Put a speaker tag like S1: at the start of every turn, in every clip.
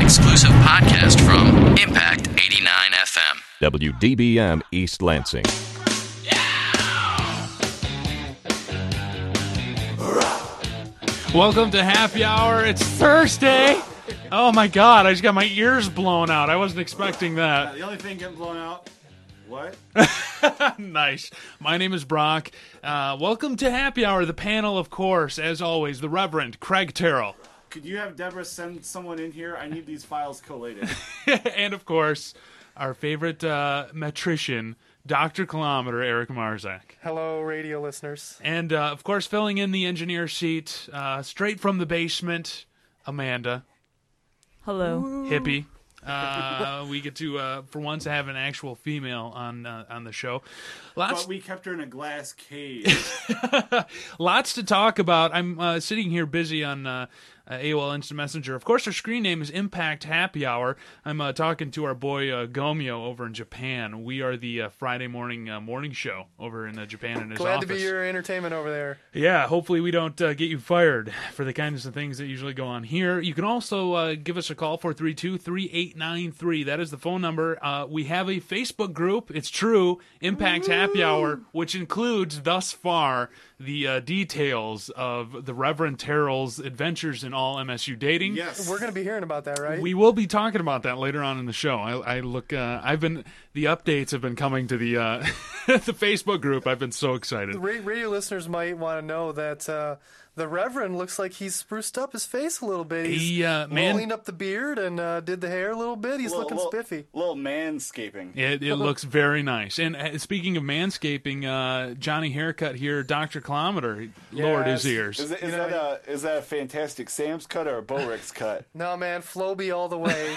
S1: exclusive podcast from Impact 89 FM.
S2: WDBM East Lansing.
S3: Welcome to Happy Hour. It's Thursday. Oh my God! I just got my ears blown out. I wasn't expecting that.
S4: The only thing getting blown out. What?
S3: nice. My name is Brock. Uh, welcome to Happy Hour. The panel, of course, as always, the Reverend Craig Terrell,
S4: Could you have Deborah send someone in here? I need these files collated.
S3: and of course, our favorite uh, metrician, Doctor Kilometer Eric Marzak.
S5: Hello, radio listeners.
S3: And uh, of course, filling in the engineer seat, uh, straight from the basement, Amanda,
S6: Hello.
S3: hippie. Uh, we get to, uh, for once, have an actual female on uh, on the show. Lots,
S4: but we kept her in a glass cage.
S3: lots to talk about. I'm uh, sitting here busy on uh, uh, AOL Instant Messenger. Of course, our screen name is Impact Happy Hour. I'm uh, talking to our boy uh, Gomio over in Japan. We are the uh, Friday morning uh, morning show over in uh, Japan in his
S5: Glad
S3: office.
S5: to be your entertainment over there.
S3: Yeah, hopefully we don't uh, get you fired for the kinds of things that usually go on here. You can also uh, give us a call 432-3893. That is the phone number. Uh, we have a Facebook group. It's true, Impact Happy Hour, which includes thus far the uh, details of the Reverend Terrell's adventures in all MSU dating.
S4: yes.
S5: We're going to be hearing about that, right?
S3: We will be talking about that later on in the show. I, I look. Uh, I've been the updates have been coming to the uh, the Facebook group. I've been so excited.
S5: Ra- radio listeners might want to know that uh, the Reverend looks like he's spruced up his face a little bit. He's
S3: He, uh, man-
S5: rolling up the beard and uh, did the hair a little bit. He's
S4: Little-
S5: looking
S4: little-
S5: spiffy.
S4: Little manscaping.
S3: It, it looks very nice. And uh, speaking of manscaping, uh, Johnny Haircut here, Dr. Kilometer, lowered his
S5: Yes.
S3: ears.
S4: Is, it, is, that a, is that a fantastic Sam's cut or a Borix cut?
S5: No, man, Floby all the way.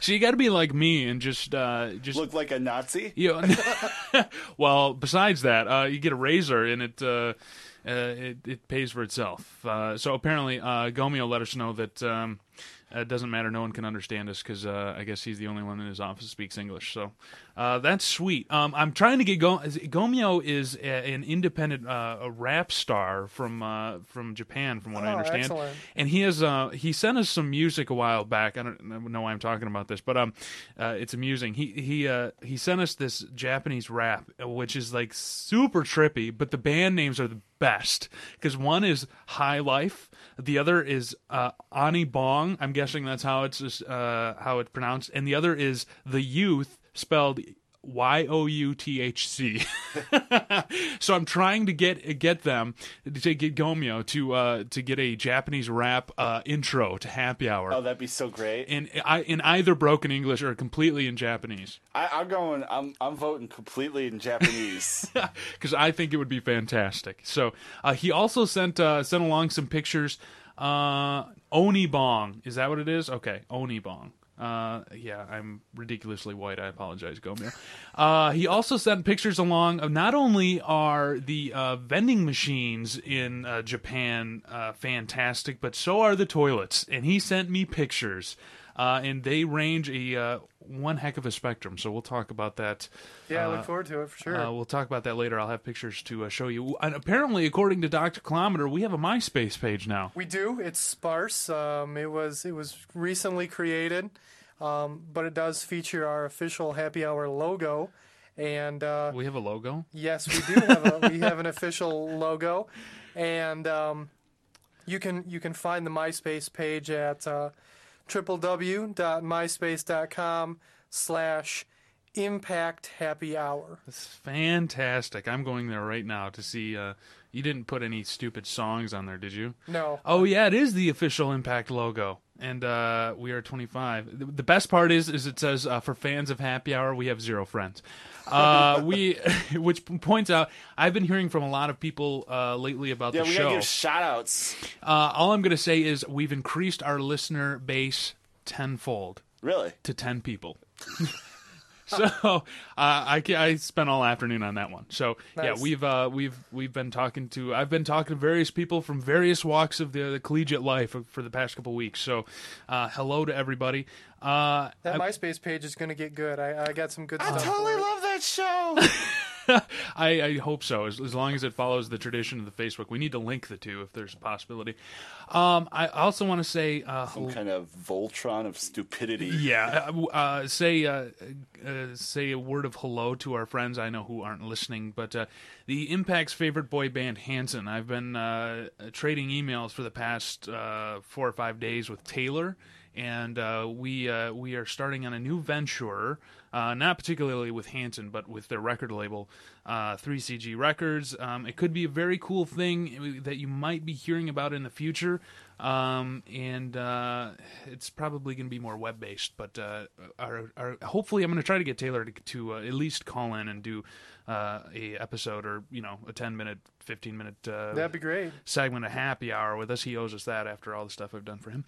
S3: So you got to be like me and just, uh, just
S4: Look like a Nazi?
S3: you know, well, besides that, uh, you get a razor and it, uh, uh, it, it pays for itself. Uh, so apparently, uh, Gomeo let us know that um, it doesn't matter. No one can understand us because uh, I guess he's the only one in his office that speaks English. So uh, that's sweet. Um, I'm trying to get Go- Gomeo is a, an independent uh, a rap star from uh, from Japan, from what I
S5: Oh,
S3: understand
S5: excellent.
S3: and he has uh he sent us some music a while back. I don't know why I'm talking about this, but um, uh, it's amusing. He he uh he sent us this Japanese rap, uh, which is like super trippy, but the band names are the best because one is High Life, the other is uh, Ani Bong. I'm guessing that's how it's just, uh how it's pronounced, and the other is The Youth spelled. Y O U T H C. so I'm trying to get get them to get Gomio to uh, to get a Japanese rap uh, intro to Happy Hour
S4: Oh, that'd be so great.
S3: in I, in either broken English or completely in Japanese
S4: I, I'm going, I'm, I'm voting completely in Japanese.
S3: because I think it would be fantastic. So uh, he also sent uh, sent along some pictures. Uh, Onibong is that what it is? Okay, Onibong. Uh, yeah, I'm ridiculously white. I apologize, Gomio. Uh, he also sent pictures along of not only are the uh, vending machines in uh, Japan uh, fantastic, but so are the toilets. And he sent me pictures, uh, and they range a uh, one heck of a spectrum. So we'll talk about that.
S5: Yeah, I
S3: uh,
S5: look forward to it for sure.
S3: uh, we'll talk about that later. I'll have pictures to uh, show you. And apparently, according to Dr. Kilometer, we have a MySpace page now.
S5: we do. It's sparse. Um, it was it was recently created, um, but it does feature our official Happy Hour logo. And uh,
S3: We have a logo.
S5: Yes, we do have a, we have an official logo, and um, you can you can find the MySpace page at uh, www.myspace.com slash impact happy hour.
S3: That's fantastic. I'm going there right now to see. Uh, you didn't put any stupid songs on there, did you?
S5: No,
S3: Oh yeah, it is the official Impact logo, and uh, we are 25. The- The best part is, is it says uh, for fans of Happy Hour, we have zero friends. Uh, we, which points out, I've been hearing from a lot of people uh, lately about
S4: yeah,
S3: the
S4: we
S3: show.
S4: gotta give shout outs.
S3: Uh, all I'm going to say is we've increased our listener base tenfold
S4: Really?
S3: to 10 people. so uh, I, ca- I spent all afternoon on that one. So yeah,
S5: Nice.
S3: we've uh, we've we've been talking to I've been talking to various people from various walks of the, the collegiate life for the past couple weeks. So uh, hello to everybody. Uh,
S5: that MySpace page is going to get good. I, I got some good
S4: I
S5: stuff.
S4: totally love that show.
S3: I, I hope so. As, as long as it follows the tradition of the Facebook, we need to link the two if there's a possibility. Um, I also want to say, uh,
S7: Some kind of Voltron of stupidity.
S3: yeah, uh, uh, say uh, uh, say a word of hello to our friends I know who aren't listening. But uh, the Impact's favorite boy band, Hanson. I've been uh, trading emails for the past uh, four or five days with Taylor, and uh, we uh, we are starting on a new venture. Uh, not particularly with Hanson, but with their record label, uh, 3CG Records. Um, it could be a very cool thing that you might be hearing about in the future um, and uh, it's probably going to be more web based. But uh, our, our, hopefully, I'm going to try to get Taylor to, to uh, at least call in and do uh, a episode or you know a 10 minute, 15 minute uh,
S5: That'd be great.
S3: segment of happy hour with us. He owes us that after all the stuff I've done for him.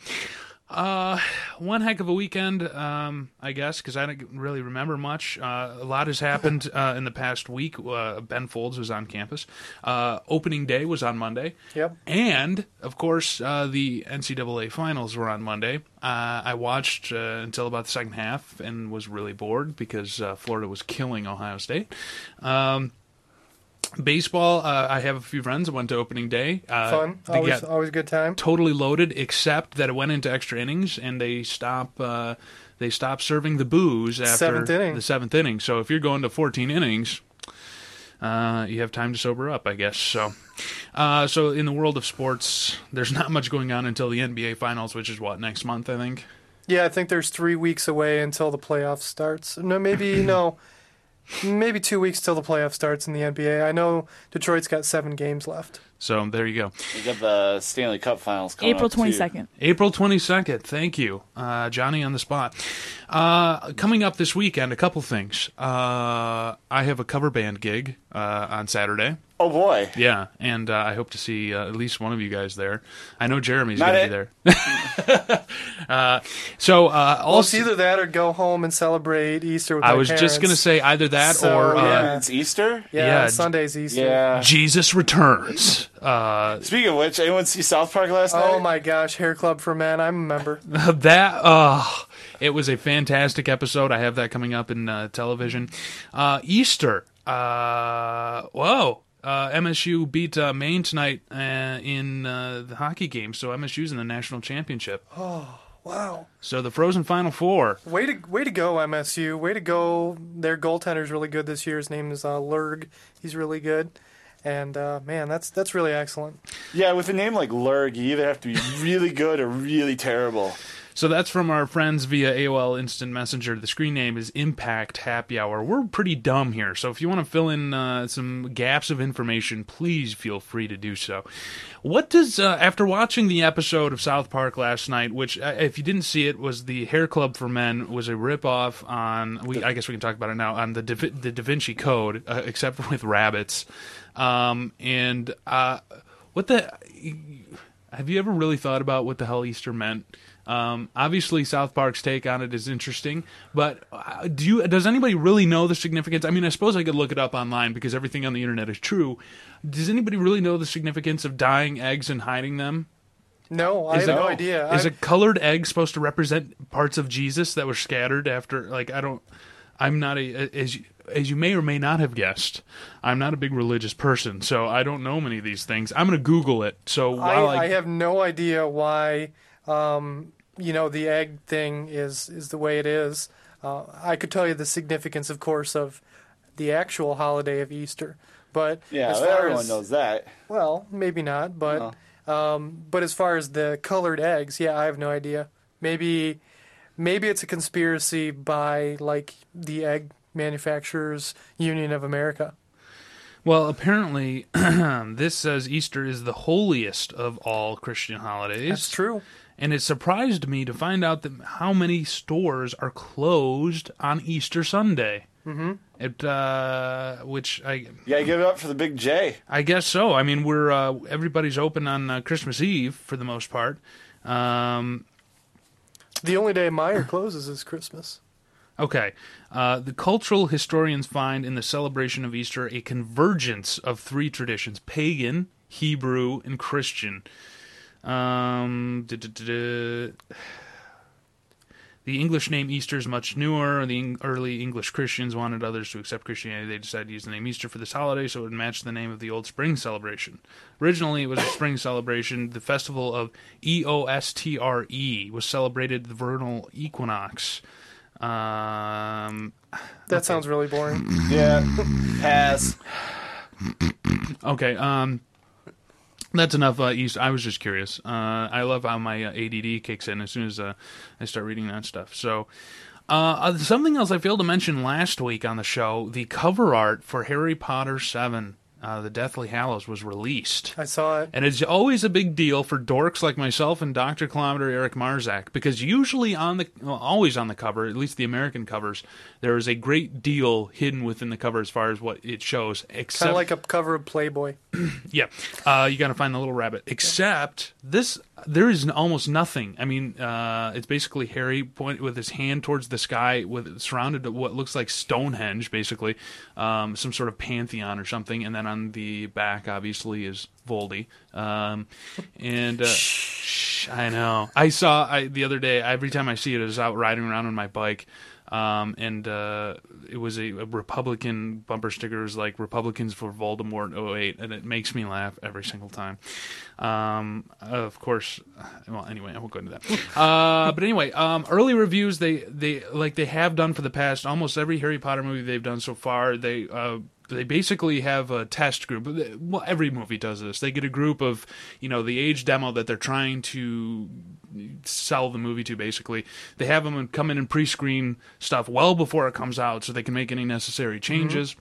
S3: Uh, one heck of a weekend, um, I guess, because I don't really remember much. Uh, a lot has happened uh, in the past week. Uh, ben Folds was on campus. Uh, opening day was on Monday.
S5: Yep.
S3: And of course, uh, the NCAA finals were on Monday. Uh, I watched uh, until about the second half and was really bored because uh, Florida was killing Ohio State. Um, baseball, uh, I have a few friends that went to opening day. Uh,
S5: Fun.
S3: they
S5: always,
S3: got-
S5: always a good time.
S3: totally loaded, except that it went into extra innings, and they stop uh, they stop serving the booze after
S5: Seventh inning.
S3: the seventh inning. So if you're going to 14 innings, uh, you have time to sober up, I guess. So, uh, so in the world of sports, there's not much going on until the NBA finals, which is what next month, I think.
S5: Yeah, I think there's three weeks away until the playoff starts. No, maybe no, maybe two weeks till the playoff starts in the NBA. I know Detroit's got seven games left.
S3: So there you go.
S7: We got the Stanley Cup Finals coming
S6: April
S7: up, too.
S6: twenty second.
S3: April 22nd. Thank you, uh, Johnny on the spot. Uh, coming up this weekend, a couple things. Uh, I have a cover band gig uh, on Saturday.
S7: Oh boy.
S3: Yeah, and uh, I hope to see uh, at least one of you guys there. I know Jeremy's
S7: Not
S3: going to
S7: it.
S3: be there. uh, so uh,
S5: Well,
S3: also,
S5: it's either that or go home and celebrate Easter with
S3: I
S5: my
S3: was just going to
S5: parents.
S3: say either that
S5: So,
S3: or uh,
S5: yeah.
S7: Oh, It's Easter?
S5: yeah,
S3: yeah,
S5: Sunday's Easter.
S7: Yeah.
S3: Jesus returns. Uh,
S7: Speaking of which, anyone see South Park last night?
S5: Oh my gosh, Hair Club for Men. I'm a member.
S3: that uh, it was a fantastic episode. I have that coming up in uh, television. Uh, Easter. Uh, whoa. Uh, MSU beat uh, Maine tonight uh, in uh, the hockey game, so MSU's in the national championship.
S5: Wow.
S3: So the Frozen Final Four.
S5: Way to way to go, MSU. Way to go. Their goaltender's really good this year. His name is uh, Lurg. He's really good. And uh, man, that's that's really excellent.
S7: Yeah, with a name like Lurg, you either have to be really good or really terrible.
S3: So that's from our friends via AOL Instant Messenger. The screen name is Impact Happy Hour. We're pretty dumb here, so if you want to fill in uh, some gaps of information, please feel free to do so. What does uh, after watching the episode of South Park last night, which uh, if you didn't see it, was the Hair Club for Men was a ripoff on we I guess we can talk about it now on the da, the Da Vinci Code, uh, except for with rabbits, um, and uh, what the have you ever really thought about what the hell Easter meant? Um, obviously, South Park's take on it is interesting, but uh, do you, does anybody really know the significance? I mean, I suppose I could look it up online because everything on the internet is true. Does anybody really know the significance of dyeing eggs and hiding them?
S5: No, I have
S3: it-
S5: no idea.
S3: Is
S5: I-
S3: a colored egg supposed to represent parts of Jesus that were scattered after? Like, I don't. I'm not a as you- as you may or may not have guessed. I'm not a big religious person, so I don't know many of these things. I'm gonna Google it. So while
S5: I, I have no idea why um, you know the egg thing is is the way it is. Uh, I could tell you the significance, of course, of the actual holiday of Easter, but
S7: Yeah,
S5: as far
S7: everyone
S5: as
S7: knows Uh-huh. that.
S5: well, maybe not, but um, but as far as the colored eggs, yeah, I have no idea. Maybe maybe it's a conspiracy by like the egg manufacturers union of america
S3: Well, apparently, this says Easter is the holiest of all Christian holidays.
S5: it's true
S3: And it surprised me to find out that how many stores are closed on Easter Sunday. Mm-hmm. It, uh, which I,
S7: You gotta give it up for the big J.
S3: I guess so. I mean, we're uh, everybody's open on uh, Christmas Eve for the most part. Um,
S5: the only day meyer closes is christmas
S3: Okay. Uh, the cultural historians find in the celebration of Easter a convergence of three traditions pagan, Hebrew, and Christian. Um, duh, duh, duh, duh. The English name Easter is much newer. The Eng- early English Christians wanted others to accept Christianity. They decided to use the name Easter for this holiday so it would match the name of the old spring celebration. Originally, it was a spring celebration. The festival of E O S T R E was celebrated the vernal equinox. Um,
S5: That sounds really boring.
S7: Yeah. Pass.
S3: Okay. Um, that's enough. Uh, East. I was just curious. Uh, I love how my uh, ADD kicks in as soon as uh, I start reading that stuff. So. Uh, uh, something else I failed to mention last week on the show: the cover art for Harry Potter Seven, uh, the Deathly Hallows, was released.
S5: I saw it.
S3: And it's always a big deal for dorks like myself and Dr. Kilometer Eric Marzak because usually on the well, always on the cover, at least the American covers, there is a great deal hidden within the cover as far as what it shows.
S5: Kind
S3: Except
S5: of like a cover of Playboy.
S3: yeah, uh, you got to find the little rabbit. Except this, there is almost nothing. I mean, uh, it's basically Harry point with his hand towards the sky, with surrounded to what looks like Stonehenge, basically, um, some sort of pantheon or something. And then on the back, obviously, is Voldy. Um, and uh, shh, I know. I saw I, the other day. Every time I see it, I was out riding around on my bike um, and uh, it was a, a Republican bumper sticker. It was like Republicans for Voldemort 08, and it makes me laugh every single time. Um, of course, well, anyway, I won't go into that. Uh, but anyway, um, early reviews they they like they have done for the past almost every Harry Potter movie they've done so far. They uh, they basically have a test group. Well, every movie does this. They get a group of, you know, the age demo that they're trying to sell the movie to. Basically, they have them come in and pre-screen stuff well before it comes out, so they can make any necessary
S5: Mm-hmm.
S3: changes.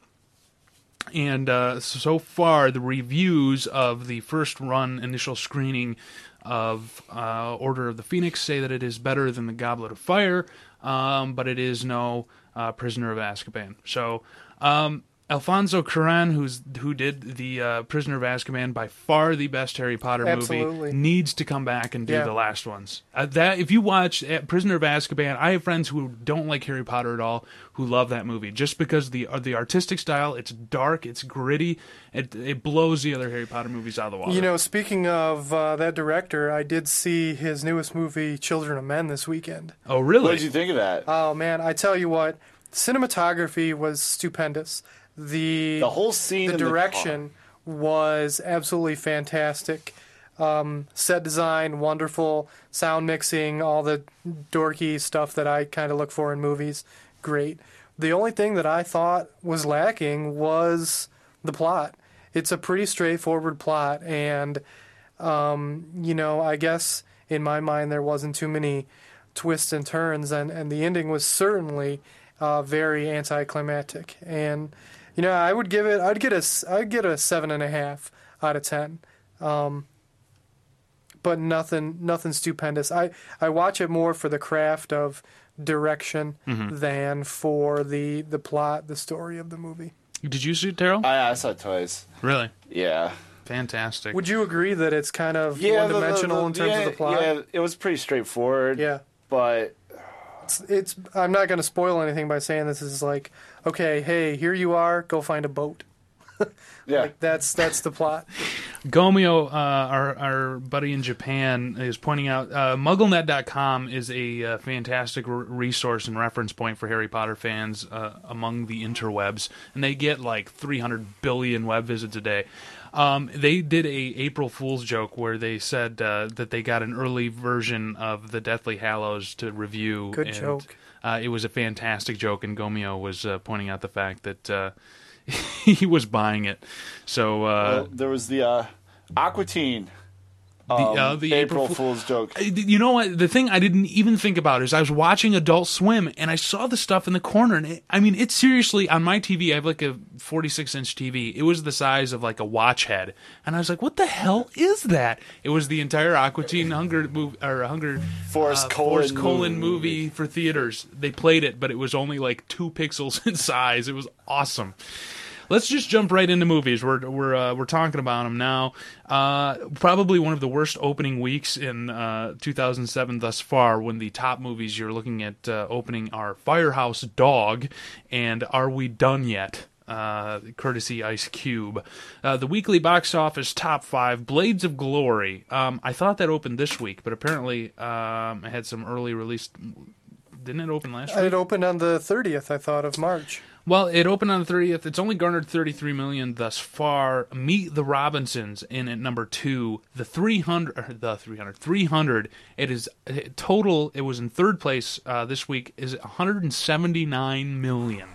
S3: And uh, so far, the reviews of the first run initial screening of uh, Order of the Phoenix say that it is better than the Goblet of Fire, um, but it is no uh, Prisoner of Azkaban. So, um, Alfonso Cuarón, who's who did the uh, Prisoner of Azkaban, by far the best Harry Potter
S5: Absolutely.
S3: movie, needs to come back and do
S5: Yeah.
S3: the last ones. Uh, that if you watch uh, Prisoner of Azkaban, I have friends who don't like Harry Potter at all who love that movie just because the uh, the artistic style. It's dark, it's gritty, it it blows the other Harry Potter movies out of the water.
S5: You know, speaking of uh, that director, I did see his newest movie, Children of Men, this weekend.
S3: oh really?
S7: What did you think of that?
S5: Oh man, I tell you what, cinematography was stupendous. The
S7: the whole scene.
S5: the
S7: in
S5: direction was absolutely fantastic. Um, set design, wonderful sound mixing, all the dorky stuff that I kind of look for in movies. Great. The only thing that I thought was lacking was the plot. It's a pretty straightforward plot, and you know, I guess in my mind there wasn't too many twists and turns, and, and the ending was certainly uh, very anticlimactic. And you know, I would give it, I'd get a, s- I'd get a seven and a half out of ten. Um, but nothing, nothing stupendous. I I watch it more for the craft of direction
S7: Mm-hmm.
S5: than for the the plot, the story of the movie.
S3: did you see it, Terrell?
S7: The con. I, I saw it twice.
S3: really
S7: Yeah.
S3: fantastic.
S5: Would you agree that it's kind of
S7: Yeah. the- the-
S5: one-dimensional in
S7: the-
S5: terms
S7: yeah,
S5: of the plot?
S7: Yeah, it was pretty straightforward.
S5: yeah.
S7: But
S5: it's I'm not going to spoil anything by saying this is like okay, hey, here you are, go find a boat.
S7: yeah.
S5: Like that's that's the plot.
S3: Gomeo, uh, our our buddy in Japan, is pointing out uh, MuggleNet.com is a uh, fantastic r- resource and reference point for Harry Potter fans uh, among the interwebs, and they get like 300 billion web visits a day. Um, they did a April Fool's joke where they said uh, that they got an early version of the Deathly Hallows to review.
S5: Good
S3: and,
S5: joke.
S3: Uh, it was a fantastic joke, and Gomeo was uh, pointing out the fact that uh, he was buying it. So uh,
S7: Well, there was the uh, Aquatine.
S3: the,
S7: um,
S3: uh, the
S7: April,
S3: April, Fool-
S7: Fool's joke.
S3: I- You know what? The thing I didn't even think about is I was watching Adult Swim and I saw the stuff in the corner. And it, I mean, it's seriously on my TV. I have like a 46 inch TV. It was the size of like a watch head, and I was like, "What the hell is that?" It was the entire Aqua Teen Hunger movie or Hunger uh,
S7: Forrest Colon
S3: Forrest Colon
S7: movie.
S3: movie for theaters. They played it, but it was only like two pixels in size. It was awesome. Let's just jump right into movies. We're we're uh, we're talking about them now. Uh, probably one of the worst opening weeks in uh, 2007 thus far. When the top movies you're looking at uh, opening are Firehouse Dog and Are We Done Yet? Uh, courtesy Ice Cube. Uh, the weekly box office top five: Blades of Glory. Um, I thought that opened this week, but apparently um, I had some early release Didn't it open last year?
S5: It opened on the 30th, I thought, of March.
S3: Well, it opened on the 30th. It's only garnered 33 million thus far. Meet the Robinsons in at number 2. The 300 or the 300 300 it is uh, total it was in third place uh, this week is 179 million.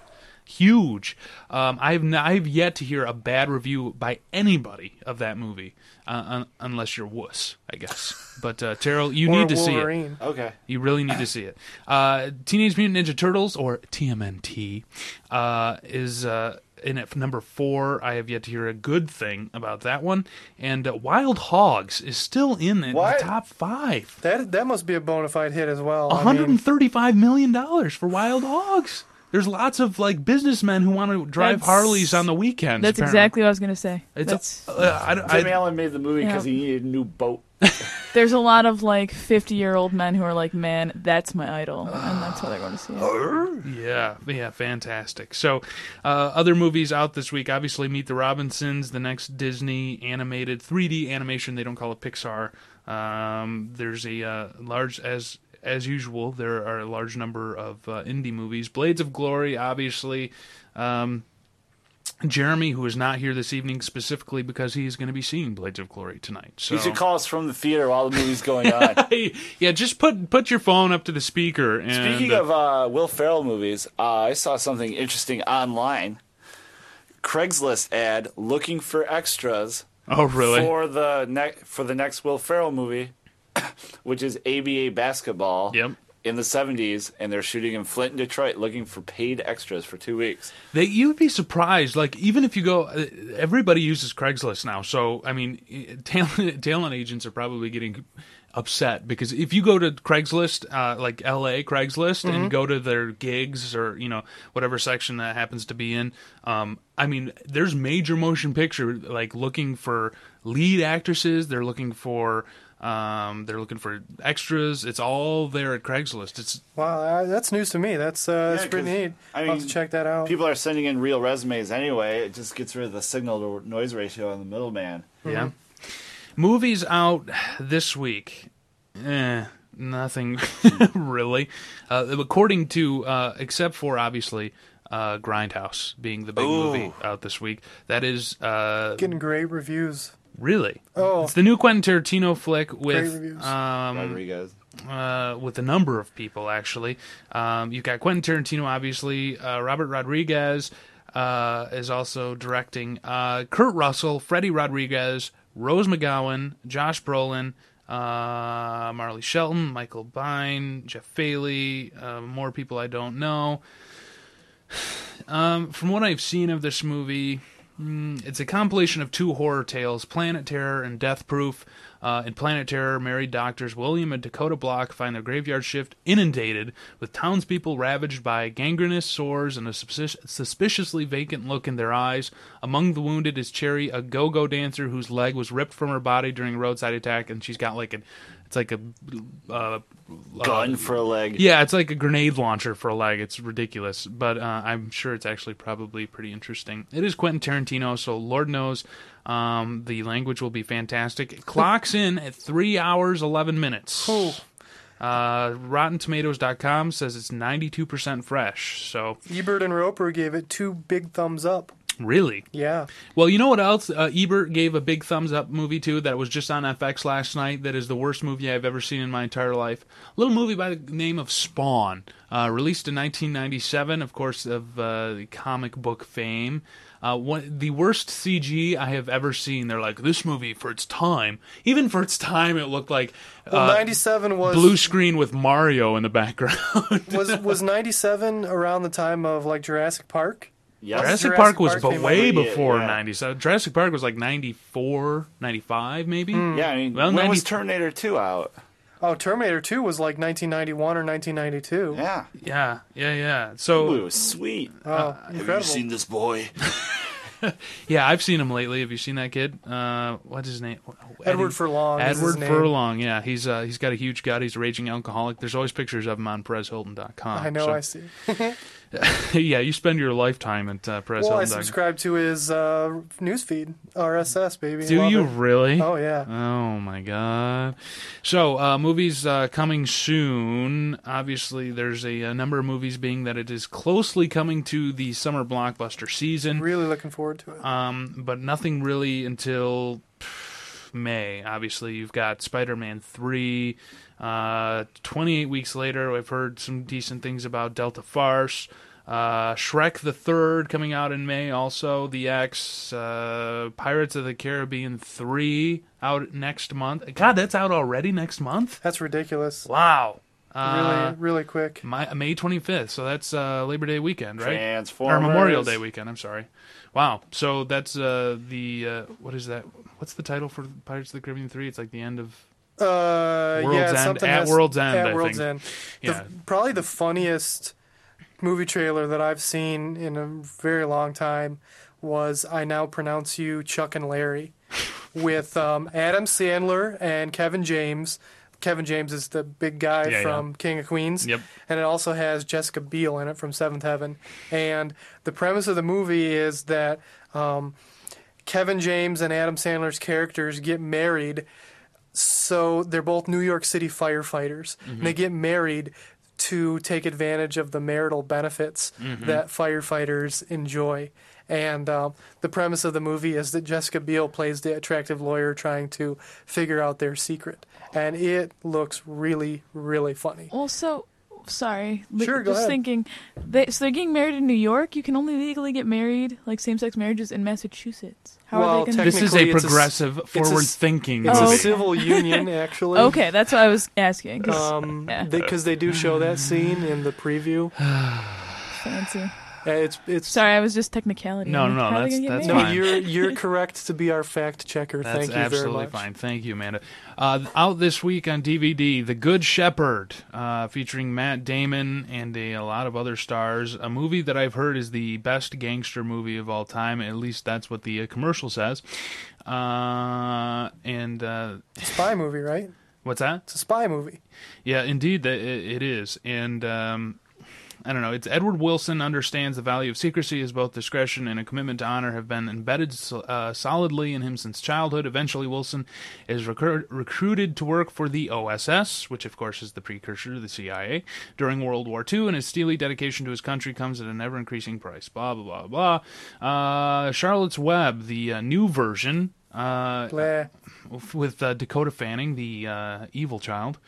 S3: Huge. Um, I've n- I've yet to hear a bad review by anybody of that movie, uh, un- unless you're wuss, I guess. But uh, Terrell, you
S5: Or
S3: need to see it.
S5: Wolverine.
S7: Okay.
S3: You really need to see it. Uh, Teenage Mutant Ninja Turtles, or TMNT, uh, is uh, in at number four. I have yet to hear a good thing about that one. And uh, Wild Hogs is still in the- the
S7: What?
S3: top five.
S5: That that must be a bona fide hit as well. I mean,
S3: $135 million dollars for Wild Hogs. There's lots of like businessmen who want to drive
S6: That's-
S3: Harleys on the weekends.
S6: That's
S3: apparently.
S6: exactly what I was gonna say.
S3: It's
S6: That's,
S3: uh, I, don't- I-
S7: Tim Allen made the movie
S6: Yeah.
S7: because he needed a new boat.
S6: there's a lot of like 50 year old men who are like, man, that's my idol, and that's why they're going to see it.
S3: Yeah, yeah, fantastic. So, uh, other movies out this week obviously Meet the Robinsons, the next Disney animated 3D animation. They don't call it Pixar. Um, there's a uh, large as as usual. There are a large number of uh, indie movies. Blades of Glory, obviously. Um, Jeremy, who is not here this evening specifically because he is going to be seeing Blades of Glory tonight. So
S7: He should call us from the theater while the movie's going on.
S3: Hey, yeah, just put put your phone up to the speaker. And,
S7: Speaking
S3: uh,
S7: of uh, Will Ferrell movies, uh, I saw something interesting online. Craigslist ad looking for extras
S3: oh really?
S7: for the ne- for the next Will Ferrell movie, which is ABA basketball.
S3: Yep.
S7: In the 70s, and they're shooting in Flint and Detroit, looking for paid extras for two weeks.
S3: They, you'd be surprised. Like even if you go, uh, everybody uses Craigslist now. So I mean, i- talent talent agents are probably getting upset because if you go to Craigslist, uh, like LA Craigslist, and go to their gigs or you know whatever section that happens to be in, um, I mean, there's major motion picture like looking for lead actresses. They're looking for. Um, they're looking for extras. It's all there at Craigslist. It's
S5: wow, uh, that's news to me. That's uh, that's pretty
S7: 'cause,
S5: neat.
S7: I
S5: I'll have
S7: mean,
S5: to check that out.
S7: People are sending in real resumes anyway. It just gets rid of the signal to noise ratio in the middleman.
S3: Yeah. Movies out this week. Eh, nothing really. Uh, according to, uh, except for obviously, uh, Grindhouse being the big movie out this week. That is uh,
S5: Getting great reviews.
S3: really.
S5: Oh.
S3: It's the new Quentin Tarantino flick
S5: reviews.
S3: with um,
S7: Rodriguez.
S3: uh, with a number of people actually. Um, you've got Quentin Tarantino, obviously. Uh, Robert Rodriguez uh, is also directing. Uh, Kurt Russell, Freddie Rodriguez, Rose McGowan, Josh Brolin, uh, Marley Shelton, Michael Bine, Jeff Faley, uh, more people I don't know. Um, from what I've seen of this movie, mm, it's a compilation of two horror tales, Planet Terror and Death Proof. Uh, in Planet Terror, married doctors William and Dakota Block find their graveyard shift inundated with townspeople ravaged by gangrenous sores and a suspicious, suspiciously vacant look in their eyes. Among the wounded is Cherry, a go-go dancer whose leg was ripped from her body during a roadside attack, and she's got like a, it's like a, uh,
S7: Gun for a leg.
S3: yeah, it's like a grenade launcher for a leg. It's ridiculous, but uh, I'm sure it's actually probably pretty interesting. It is Quentin Tarantino, so Lord knows um, the language will be fantastic. It clocks in at three hours eleven minutes. Uh, RottenTomatoes.com says it's 92% fresh. So
S5: Ebert and Roper gave it two big thumbs up.
S3: really,
S5: Yeah.
S3: well, you know what else? Uh, Ebert gave a big thumbs up movie too that was just on FX last night. That is the worst movie I've ever seen in my entire life. A little movie by the name of Spawn, uh, released in 1997, of course, of uh, the comic book fame. Uh, one, the worst CG I have ever seen. They're like this movie for its time. Even for its time, it looked like
S5: Well,
S3: uh,
S5: 97 was
S3: blue screen with Mario in the background.
S5: was was 97 around the time of like Jurassic Park.
S7: Yes.
S3: Jurassic,
S5: Jurassic
S3: Park was
S5: Park
S3: but
S5: came
S3: way
S7: out. Yeah,
S3: before
S7: yeah.
S3: 90. So Jurassic Park was like 94, 95 maybe.
S5: Hmm.
S7: Yeah, I mean,
S3: Well,
S7: when
S3: 90
S7: was Terminator 2 out?
S5: Oh, Terminator 2 was like 1991 or 1992.
S7: Yeah.
S3: Yeah, yeah, yeah. So
S7: Ooh, sweet.
S5: Oh,
S7: Have
S5: incredible.
S7: you seen this boy?
S3: yeah, I've seen him lately. Have you seen that kid? Uh, what's his name? Oh, Eddie-
S5: Edward Furlong. is his
S3: Edward
S5: name.
S3: Furlong. Yeah, he's uh,
S7: uh,
S3: he's got a huge gut. He's a raging alcoholic. There's always pictures of him on PrezHilton.com.
S5: I know.
S3: so-
S5: I see.
S3: yeah, you spend your lifetime at uh, Perez
S5: Well, I
S3: Hilton Dog.
S5: subscribe to his uh, newsfeed, RSS, baby.
S3: Do
S5: Love
S3: you
S5: it.
S3: really?
S5: Oh yeah.
S3: Oh my god! So uh, movies uh, coming soon. Obviously, there's a, a number of movies being that it is closely coming to the summer blockbuster season,
S5: Really looking forward to it.
S3: um, but nothing really until pff, May. Obviously, you've got Spider-Man three. Uh, 28 weeks later, I've heard some decent things about Delta Farce. Uh, Shrek the Third coming out in May. Also, The X, uh, Pirates of the Caribbean three out next month. God, that's out already next month.
S5: That's ridiculous.
S3: Wow. Uh,
S5: really, really quick.
S3: my, May 25th. So that's uh, Labor Day weekend, right?
S7: Transformers.
S3: Or Memorial Day weekend. I'm sorry. Wow. So that's uh, the uh, what is that? What's the title for Pirates of the Caribbean three? It's like the end of
S5: Uh,
S3: World's
S5: yeah,
S3: End-
S5: something
S3: at
S5: has-
S3: World's End,
S5: At
S3: I
S5: World's
S3: think.
S5: End. The-
S3: yeah.
S5: probably the funniest movie trailer that I've seen in a very long time was "I Now Pronounce You Chuck and Larry," with um, Adam Sandler and Kevin James. Kevin James is the big guy
S3: Yeah,
S5: from
S3: yeah.
S5: King of Queens,
S3: Yep.
S5: and it also has Jessica Biel in it from Seventh Heaven. And the premise of the movie is that um, Kevin James and Adam Sandler's characters get married so they're both New York City firefighters. And
S3: Mm-hmm.
S5: they get married to take advantage of the marital benefits
S3: Mm-hmm.
S5: that firefighters enjoy. And um, the premise of the movie is that Jessica Biel plays the attractive lawyer trying to figure out their secret, and it looks really, really funny.
S6: Also, sorry. li-
S5: Sure, go
S6: Just
S5: ahead.
S6: thinking, they, so they're getting married in New York. You can only legally get married, like same-sex marriages, in Massachusetts. How
S5: Well,
S6: are they going
S5: technic-
S3: This
S6: to?
S3: is
S5: Technically,
S3: a
S5: it's a s-
S3: progressive,
S5: a s-
S3: forward-thinking
S5: It's
S6: Oh,
S5: a
S3: movie.
S6: okay.
S5: civil union, actually.
S6: Okay, that's what I was asking. 'cause
S5: Um,
S6: Yeah.
S5: because they do show that scene in the preview.
S6: fancy.
S5: Uh, It's it's
S6: Sorry, I was just technicality.
S3: No,
S6: I'm
S3: no,
S6: like, how are they
S3: that's-
S6: gonna
S3: that's
S6: get married?
S5: no,
S3: fine.
S5: you're you're correct to be our fact checker.
S3: That's
S5: Thank you
S3: absolutely
S5: very much.
S3: fine. Thank you, Amanda. Uh, out this week on DVD, The Good Shepherd, uh, featuring Matt Damon and a, a lot of other stars. A movie that I've heard is the best gangster movie of all time. At least that's what the uh, commercial says. Uh, and uh,
S5: spy movie, right?
S3: what's that?
S5: It's a spy movie.
S3: Yeah, indeed, that it it is, and um, I don't know. It's Edward Wilson understands the value of secrecy as both discretion and a commitment to honor have been embedded so- uh, solidly in him since childhood. Eventually, Wilson is recruit recruited to work for the OSS, which of course is the precursor to the CIA during World War II, and his steely dedication to his country comes at an ever increasing price. Blah blah blah blah. Uh, Charlotte's Web, the uh, new version. Uh,
S5: Blah.
S3: with uh, Dakota Fanning, the uh, evil child.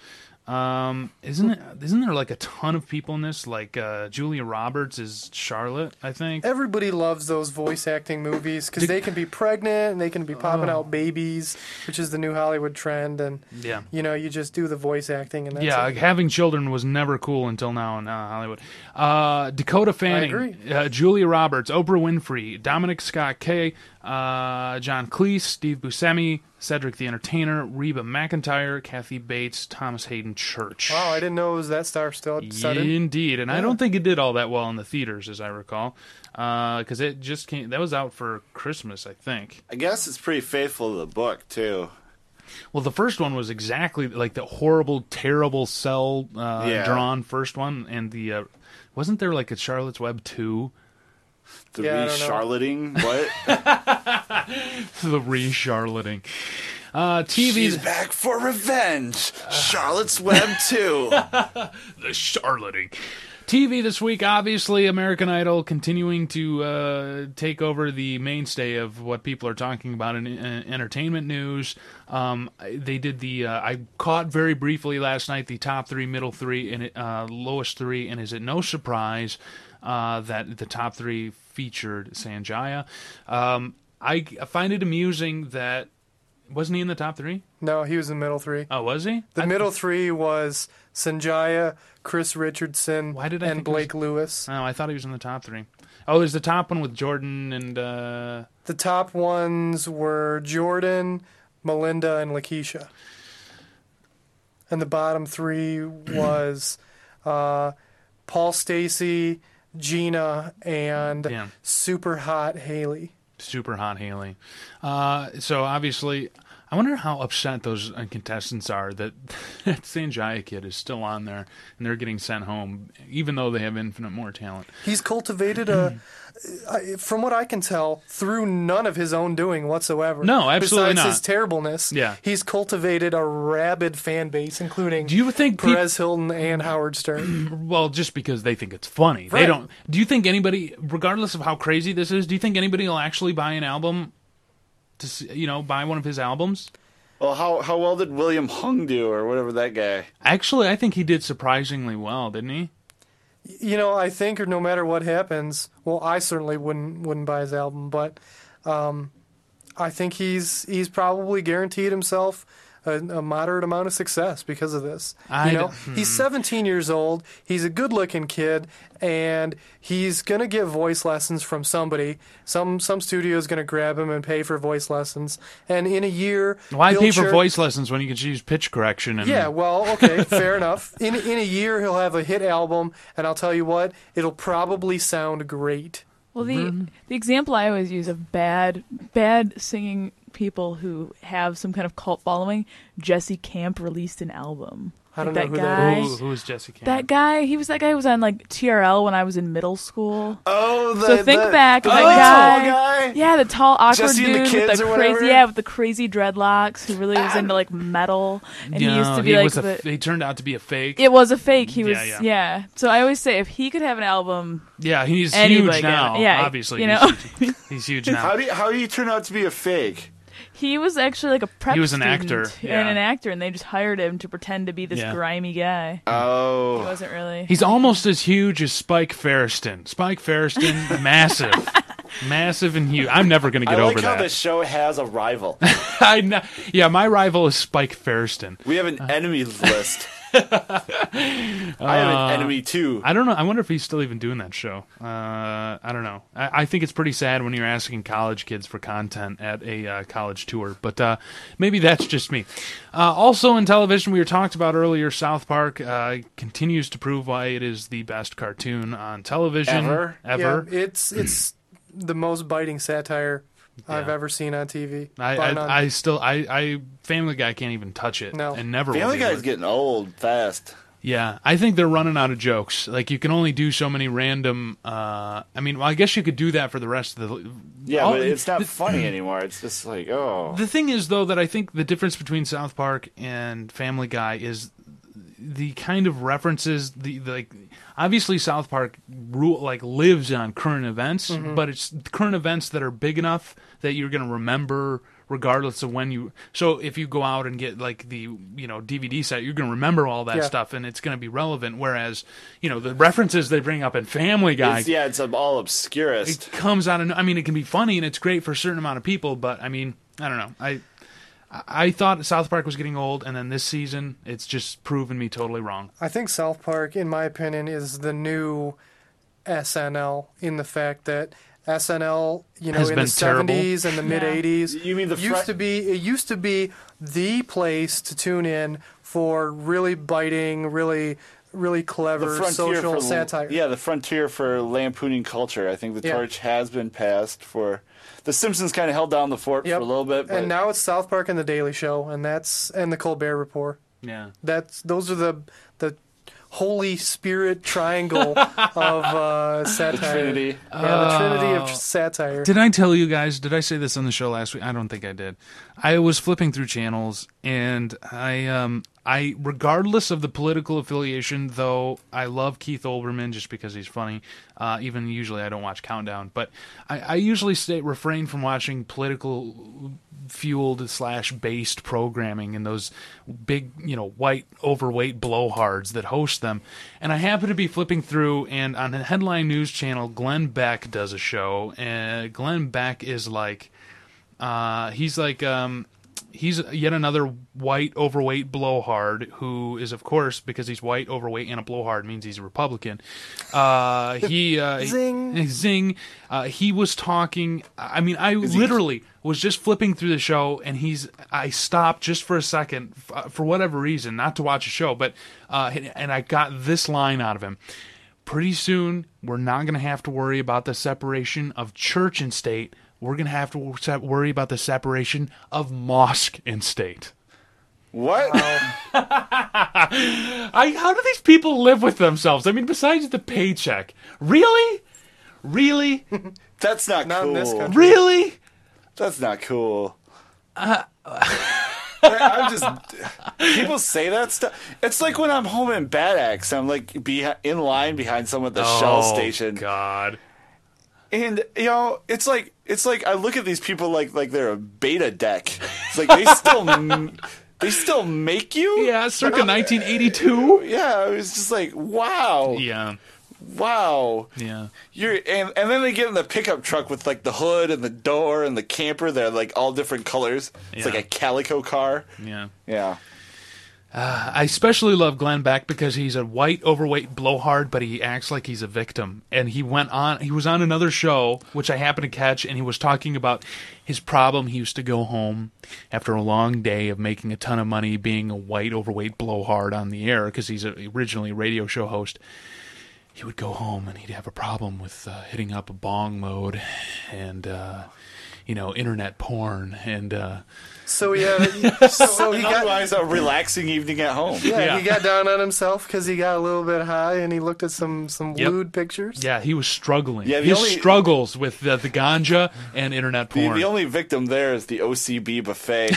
S3: Um, isn't it? Isn't there like a ton of people in this? Like uh, Julia Roberts is Charlotte, I think.
S5: Everybody loves those voice acting movies because they can be pregnant and they can be popping
S3: Oh.
S5: out babies, which is the new Hollywood trend. And
S3: Yeah.
S5: you know, you just do the voice acting and that's
S3: yeah,
S5: it.
S3: having children was never cool until now in uh, Hollywood. Uh, Dakota Fanning,
S5: agree.
S3: Uh, Julia Roberts, Oprah Winfrey, Dominic Scott Kay, uh, John Cleese, Steve Buscemi, Cedric the Entertainer, Reba McIntyre, Kathy Bates, Thomas Hayden Church.
S5: Wow, I didn't know it was that star still sudden.
S3: Indeed, and I don't think it did all that well in the theaters, as I recall, because it just came. That was out for Christmas, I think.
S7: I guess it's pretty faithful to the book too.
S3: Well, the first one was exactly like the horrible, terrible cell uh,
S7: Yeah.
S3: drawn first one, and the uh, wasn't there like a Charlotte's Web two,
S7: The
S5: Yeah, I don't know.
S7: re-charlatan. What?
S3: the re-charlatan. Uh,
S7: He's
S3: TV's
S7: back for revenge. Charlotte's Web too.
S3: the charlatan. TV this week, obviously, American Idol continuing to uh, take over the mainstay of what people are talking about in, in entertainment news. Um, I- they did the, uh, I caught very briefly last night the top three, middle three, and it, uh, lowest three, and is it no surprise uh, that the top three featured Sanjaya? Um, I find it amusing that, wasn't he in the top three?
S5: No, he was in the middle three.
S3: Oh, was he?
S5: The middle three was Sanjaya, Chris Richardson,
S3: Why did I
S5: and
S3: think it was-
S5: Blake Lewis.
S3: Oh, I thought he was in the top three. Oh, is the top one with Jordan and uh
S5: The top ones were Jordan, Melinda, and Lakeisha. And the bottom three was uh, Paul Stacy, Gina, and
S3: Damn.
S5: super hot Haley.
S3: super hot Haley? Uh, so obviously, I wonder how upset those uh, contestants are that that Sanjaya kid is still on there and they're getting sent home, even though they have infinite more talent.
S5: He's cultivated a, I- from what I can tell, through none of his own doing whatsoever.
S3: No, absolutely not.
S5: Besides his terribleness,
S3: Yeah.
S5: he's cultivated a rabid fan base, including
S3: Do you think peop-
S5: Perez Hilton and Howard Stern.
S3: Well, just because they think it's funny,
S5: Right.
S3: they don't. Do you think anybody, regardless of how crazy this is, do you think anybody will actually buy an album? To see, you know, buy one of his albums.
S7: Well, how how well did William Hung do, or whatever that guy?
S3: Actually, I think he did surprisingly well, didn't he?
S5: you know, I think no matter what happens, well, I certainly wouldn't wouldn't buy his album, but um, I think he's he's probably guaranteed himself a, a moderate amount of success because of this.
S3: I'd-
S5: you know, he's 17 years old. He's a good-looking kid, and he's gonna get voice lessons from somebody. Some some studio's gonna grab him and pay for voice lessons. And in a year,
S3: Why
S5: he'll
S3: pay for
S5: chir-
S3: voice lessons when you can just use pitch correction? And,
S5: yeah, well, okay, fair enough. In in a year, he'll have a hit album, and I'll tell you what, it'll probably sound great.
S6: Well, the the example I always use of bad bad singing people who have some kind of cult following, Jesse Camp released an album.
S5: I don't know
S6: Like
S5: who
S6: that
S5: that
S6: guy.
S3: Who, who is Jesse Camp?
S6: That guy, he was that guy who was on like TRL when I was in middle school.
S7: Oh, the,
S6: so think
S7: the,
S6: back,
S7: oh,
S6: that
S7: the
S6: guy,
S7: tall guy.
S6: Yeah, the tall awkward
S7: Jesse and the
S6: dude with
S7: Kids
S6: the
S7: or whatever?
S6: crazy yeah, with the crazy dreadlocks who really was into like metal and he used
S3: No,
S6: to be like
S3: was a,
S6: the,
S3: he turned out to be a fake.
S6: it was a fake. He was
S3: Yeah, yeah.
S6: yeah. So I always say if he could have an album,
S3: yeah, he's
S6: anybody
S3: huge
S6: can.
S3: now.
S6: Yeah,
S3: obviously,
S6: you
S3: he's
S6: know.
S3: huge- he's huge now.
S7: How do you, how do you turn out to be a fake?
S6: he was actually like a prep.
S3: He was an
S6: student
S3: actor, yeah.
S6: and an actor, and they just hired him to pretend to be this
S3: Yeah.
S6: grimy guy. He
S7: Oh,
S6: wasn't really.
S3: He's almost as huge as Spike Ferriston. Spike Ferriston, massive, massive and huge. I'm never going to
S7: I
S3: get
S7: like
S3: over
S7: how
S3: that.
S7: this show has a rival.
S3: I know. Yeah, my rival is Spike Ferriston.
S7: We have an enemy list. I
S5: Uh,
S7: have an enemy too.
S3: I don't know. I wonder if he's still even doing that show. Uh, I don't know. I, I think it's pretty sad when you're asking college kids for content at a uh, college tour, but uh, maybe that's just me. Uh, also in television, we were talked about earlier. South Park uh, continues to prove why it is the best cartoon on television
S7: Ever?
S3: Ever.
S5: Yeah, it's it's the most biting satire I've
S3: Yeah.
S5: ever seen on TV.
S3: I,
S5: Bar
S3: I,
S5: none.
S3: I still I, I Family Guy can't even touch it.
S5: No.
S3: and never. will
S7: Family
S3: be able
S7: Guy's
S3: to.
S7: getting old fast.
S3: Yeah, I think they're running out of jokes. Like you can only do so many random. Uh, I mean, well, I guess you could do that for the rest of the.
S7: Yeah,
S5: Oh,
S3: all-
S7: but it's not funny anymore. It's just like oh.
S3: The thing is, though, that I think the difference between South Park and Family Guy is the kind of references. The, the, like, obviously, South Park rule like lives on current events, but it's current events that are big enough that you're going to remember regardless of when you. So if you go out and get like the you know DVD set, you're going to remember all that
S5: Yeah.
S3: stuff and it's going to be relevant. Whereas you know the references they bring up in Family Guy,
S7: It's, yeah, it's all obscurest.
S3: it comes out of no- I mean it can be funny and it's great for a certain amount of people, but I mean, I don't know. I I thought South Park was getting old and then this season it's just proven me totally wrong.
S5: I think South Park, in my opinion, is the new SNL in the fact that SNL, you know,
S3: Has
S5: in
S3: been
S5: the
S3: terrible.
S5: seventies and the mid eighties,
S7: You mean the fr-
S5: used to be it used to be the place to tune in for really biting, really, really clever social
S7: for
S5: satire.
S7: Yeah, the frontier for lampooning culture. I think the
S5: Yeah.
S7: torch has been passed for The Simpsons kind of held down the fort
S5: Yep.
S7: for a little bit, but
S5: and now it's South Park and the Daily Show, and that's and the Colbert Report.
S3: Yeah.
S5: That's those are the the Holy Spirit triangle of uh, satire.
S7: Trinity.
S5: Yeah, the Trinity of satire.
S3: Oh. Did I tell you guys? Did I say this on the show last week? I don't think I did. I was flipping through channels, and I, um, I, regardless of the political affiliation, though I love Keith Olbermann just because he's funny. Uh, even usually I don't watch Countdown, but I, I usually stay refrain from watching political fueled slash based programming and those big, you know, white overweight blowhards that host them. And I happen to be flipping through and on the headline news channel, Glenn Beck does a show and Glenn Beck is like uh he's like um he's yet another white overweight blowhard who is of course because he's white overweight and a blowhard means he's a republican uh he uh
S5: Zing.
S3: zing uh he was talking i mean i literally was just flipping through the show and he's i stopped just for a second f- uh, for whatever reason not to watch a show but uh and i got this line out of him pretty soon we're not going to have to worry about the separation of church and state we're gonna have to se- worry about the separation of mosque and state.
S7: What?
S5: Uh,
S3: I, how do these people live with themselves? I mean, besides the paycheck, really, really,
S7: That's not,
S5: Not
S7: cool.
S5: in this country.
S3: really.
S7: That's not cool.
S3: Uh,
S7: I, am just people say that stuff. It's like when I'm home in Bad Axe, I'm like be in line behind someone at the Shell station,
S3: Oh, God.
S7: and you know, it's like it's like I look at these people like like they're a beta deck. It's like they still m- they still make you.
S3: Yeah, circa 1982.
S7: yeah. It was just like wow,
S3: Yeah,
S7: wow.
S3: yeah.
S7: You're and, and then they get in the pickup truck with like the hood and the door and the camper. They're like all different colors. It's
S3: Yeah.
S7: like a calico car.
S3: Yeah.
S7: Yeah.
S3: I especially love Glenn Beck because he's a white, overweight blowhard, but he acts like he's a victim. And he went on, he was on another show, which I happened to catch, and he was talking about his problem. He used to go home after a long day of making a ton of money being a white, overweight blowhard on the air because he's a, originally a radio show host. He would go home and he'd have a problem with uh, hitting up a bong load and, uh, you know, internet porn and, uh,
S5: So yeah, so he got
S7: Otherwise, a relaxing evening at home.
S5: yeah,
S3: Yeah.
S5: he got down on himself because he got a little bit high and he looked at some some
S3: Yep.
S5: lewd pictures.
S3: Yeah, he was struggling.
S7: Yeah, the
S3: his
S7: only-
S3: struggles with the, the ganja and internet
S7: The,
S3: porn.
S7: the only victim there is the OCB buffet.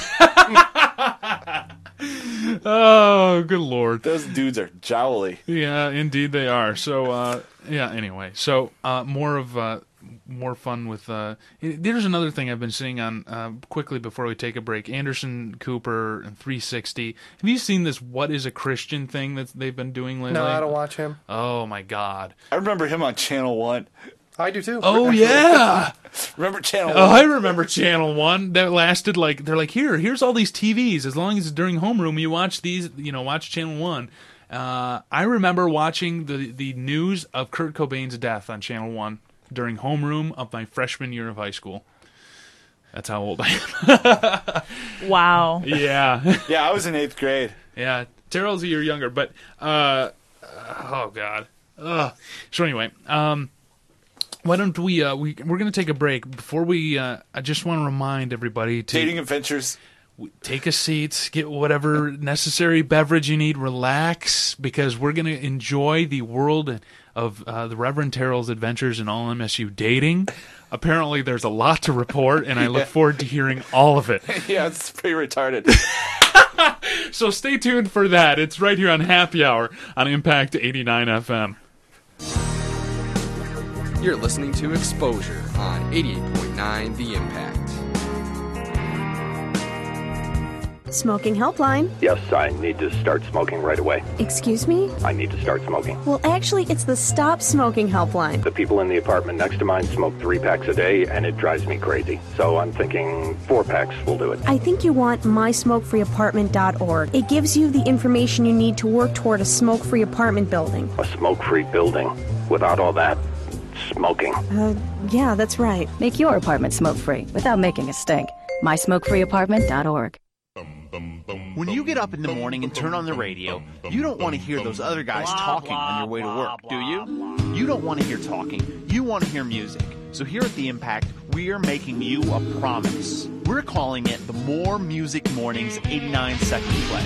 S3: Oh, good lord.
S7: Those dudes are jowly.
S3: Yeah, indeed they are. So, uh, yeah. Anyway, so uh, more of uh, more fun with. Uh, there's another thing I've been seeing on uh, quickly before we take a break. Anderson Cooper and 360. Have you seen this? What is a Christian thing that they've been doing lately?
S5: No, I don't watch him.
S3: Oh my god.
S7: I remember him on Channel One.
S5: I do too.
S3: Oh yeah.
S7: Remember Channel
S3: Oh,
S7: One?
S3: I remember Channel One. That lasted like they're like here, here's all these TVs. As long as it's during homeroom, you watch these. You know, watch Channel One. Uh, I remember watching the the news of Kurt Cobain's death on Channel One during homeroom of my freshman year of high school. That's how old I am.
S6: Wow.
S3: Yeah,
S7: Yeah, I was in eighth grade.
S3: yeah. Terrell's a year younger, but uh, oh god. Ugh. So anyway, um, why don't we uh, we we're gonna take a break before we. Uh, I just want to remind everybody to
S7: Dating Adventures.
S3: take a seat, get whatever necessary beverage you need, relax, because we're going to enjoy the world of uh, the Reverend Terrell's adventures in all MSU dating. Apparently, there's a lot to report, and I look forward to hearing all of it.
S7: Yeah, it's pretty retarded.
S3: So stay tuned for that. It's right here on Happy Hour on Impact 89 FM.
S8: You're listening to Exposure on 88.9 The Impact.
S9: Smoking helpline.
S10: Yes, I need to start smoking right away.
S9: Excuse me?
S10: I need to start smoking.
S9: Well, actually, it's the Stop Smoking helpline.
S10: The people in the apartment next to mine smoke three packs a day, and it drives me crazy. So I'm thinking four packs will do it.
S9: I think you want mysmokefreeapartment.org. It gives you the information you need to work toward a smoke free apartment building.
S10: A smoke free building. Without all that smoking.
S9: Uh, yeah, that's right.
S11: Make your apartment smoke free without making a stink. MySmokeFreeApartment.org.
S10: When you get up in the morning and turn on the radio, you don't want to hear those other guys talking on your way to work, do you? You don't want to hear talking, you want to hear music. So here at The Impact, we are making you a promise. We're calling it the More Music Mornings 89 Second Play.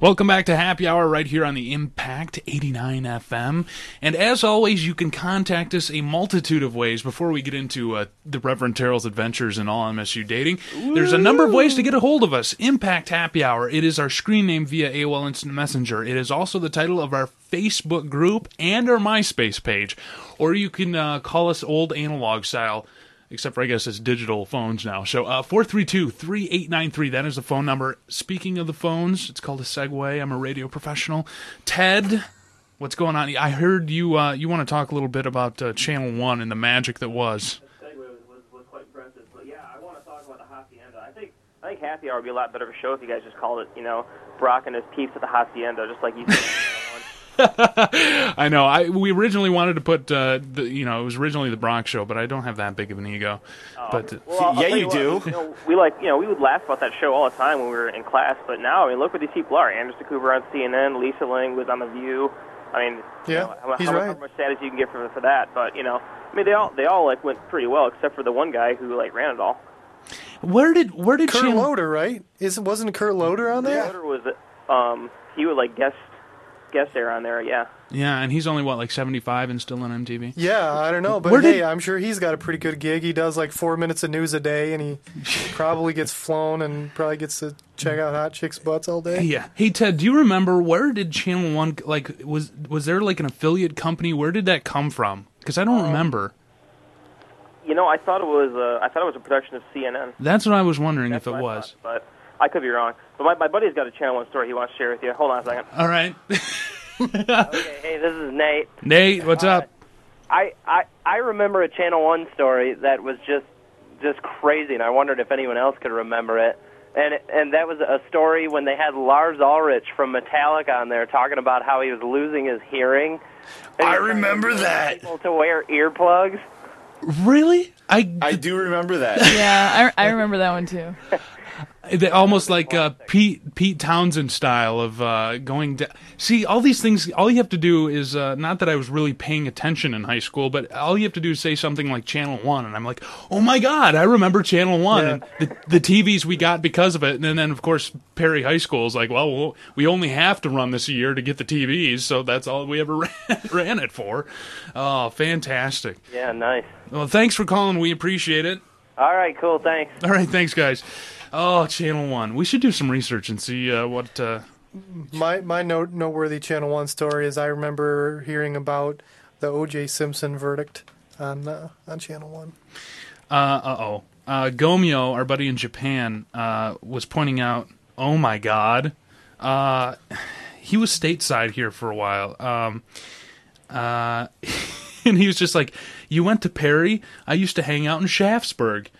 S3: Welcome back to Happy Hour right here on the Impact 89 FM. And as always, you can contact us a multitude of ways before we get into uh, the Reverend Terrell's adventures in all MSU dating. There's a number of ways to get a hold of us. Impact Happy Hour. It is our screen name via AOL Instant Messenger. It is also the title of our Facebook group and our MySpace page. Or you can uh, call us old analog style except for I guess it's digital phones now. So uh, 432-3893, that is the phone number. Speaking of the phones, it's called a segue. I'm a radio professional. Ted, what's going on? I heard you uh, you want to talk a little bit about uh, Channel 1 and the magic that was.
S12: I think Happy Hour would be a lot better of a show if you guys just called it, you know, Brock and his peeps at the hacienda, just like you said.
S3: I know. I we originally wanted to put uh, the you know, it was originally the Brock show, but I don't have that big of an ego. but uh,
S12: Well, I'll tell what, You know, we like, you know, we would laugh about that show all the time when we were in class. But now, I mean, look where these people are: Anderson Cooper on CNN, Lisa Ling was on the View. I mean,
S5: Yeah,
S12: you know, how,
S5: he's
S12: how,
S5: right.
S12: how much status you can get for for that? But you know, I mean, they all they all like went pretty well, except for the one guy who like ran it all.
S3: Where did where did
S5: Kurt Loder right? Is wasn't Kurt Loder on there?
S12: Loader was um he would like guest guest there on there, yeah.
S3: Yeah, and he's only what like 75 and still on MTV.
S5: Yeah, I don't know, but
S3: Where
S5: hey,
S3: did-
S5: I'm sure he's got a pretty good gig. He does like four minutes of news a day, and he probably gets flown and probably gets to check out hot chicks' butts all day.
S3: Yeah. Hey Ted, do you remember where did Channel One like was was there like an affiliate company? Where did that come from? Because I don't remember.
S12: You know, I thought it was uh, I thought it was a production of CNN,
S3: That's what I was wondering if it was.
S12: but I could be wrong. But my my buddy's got a Channel One story he wants to share with you. Hold on a second.
S3: All right,
S13: okay, hey, this is Nate. Uh,
S3: Nate, what's up?
S13: I, I I remember a Channel One story that was just just crazy, and I wondered if anyone else could remember it. And and that was a story when they had Lars Ulrich from Metallica on there talking about how he was losing his hearing. I remember that. People to wear earplugs.
S3: Really? I
S7: I do remember that.
S6: yeah, I, I remember that one too.
S3: They almost like uh, Pete Pete Townsend style of uh, going down. See, all these things. All you have to do is uh, not that I was really paying attention in high school, but all you have to do is say something like Channel One, and I'm like, oh my god, I remember Channel One and the the TVs we got because of it. And then of course Perry High School is like, well, well, we only have to run this a year to get the TVs, so that's all we ever ran, ran it for. Oh, fantastic!
S13: Yeah, nice.
S3: Well, thanks for calling. We appreciate it.
S13: All right, cool. Thanks.
S3: All right, thanks, guys. Oh, Channel One. We should do some research and see uh, what. Uh...
S5: My my no, noteworthy Channel One story is I remember hearing about the O.J. Simpson verdict on uh, on Channel One.
S3: Uh oh. Uh, Gomyo, our buddy in Japan, uh, was pointing out. Oh my God. Uh, he was stateside here for a while. Um, uh, and he was just like, "You went to Perry. I used to hang out in Shaftsburg."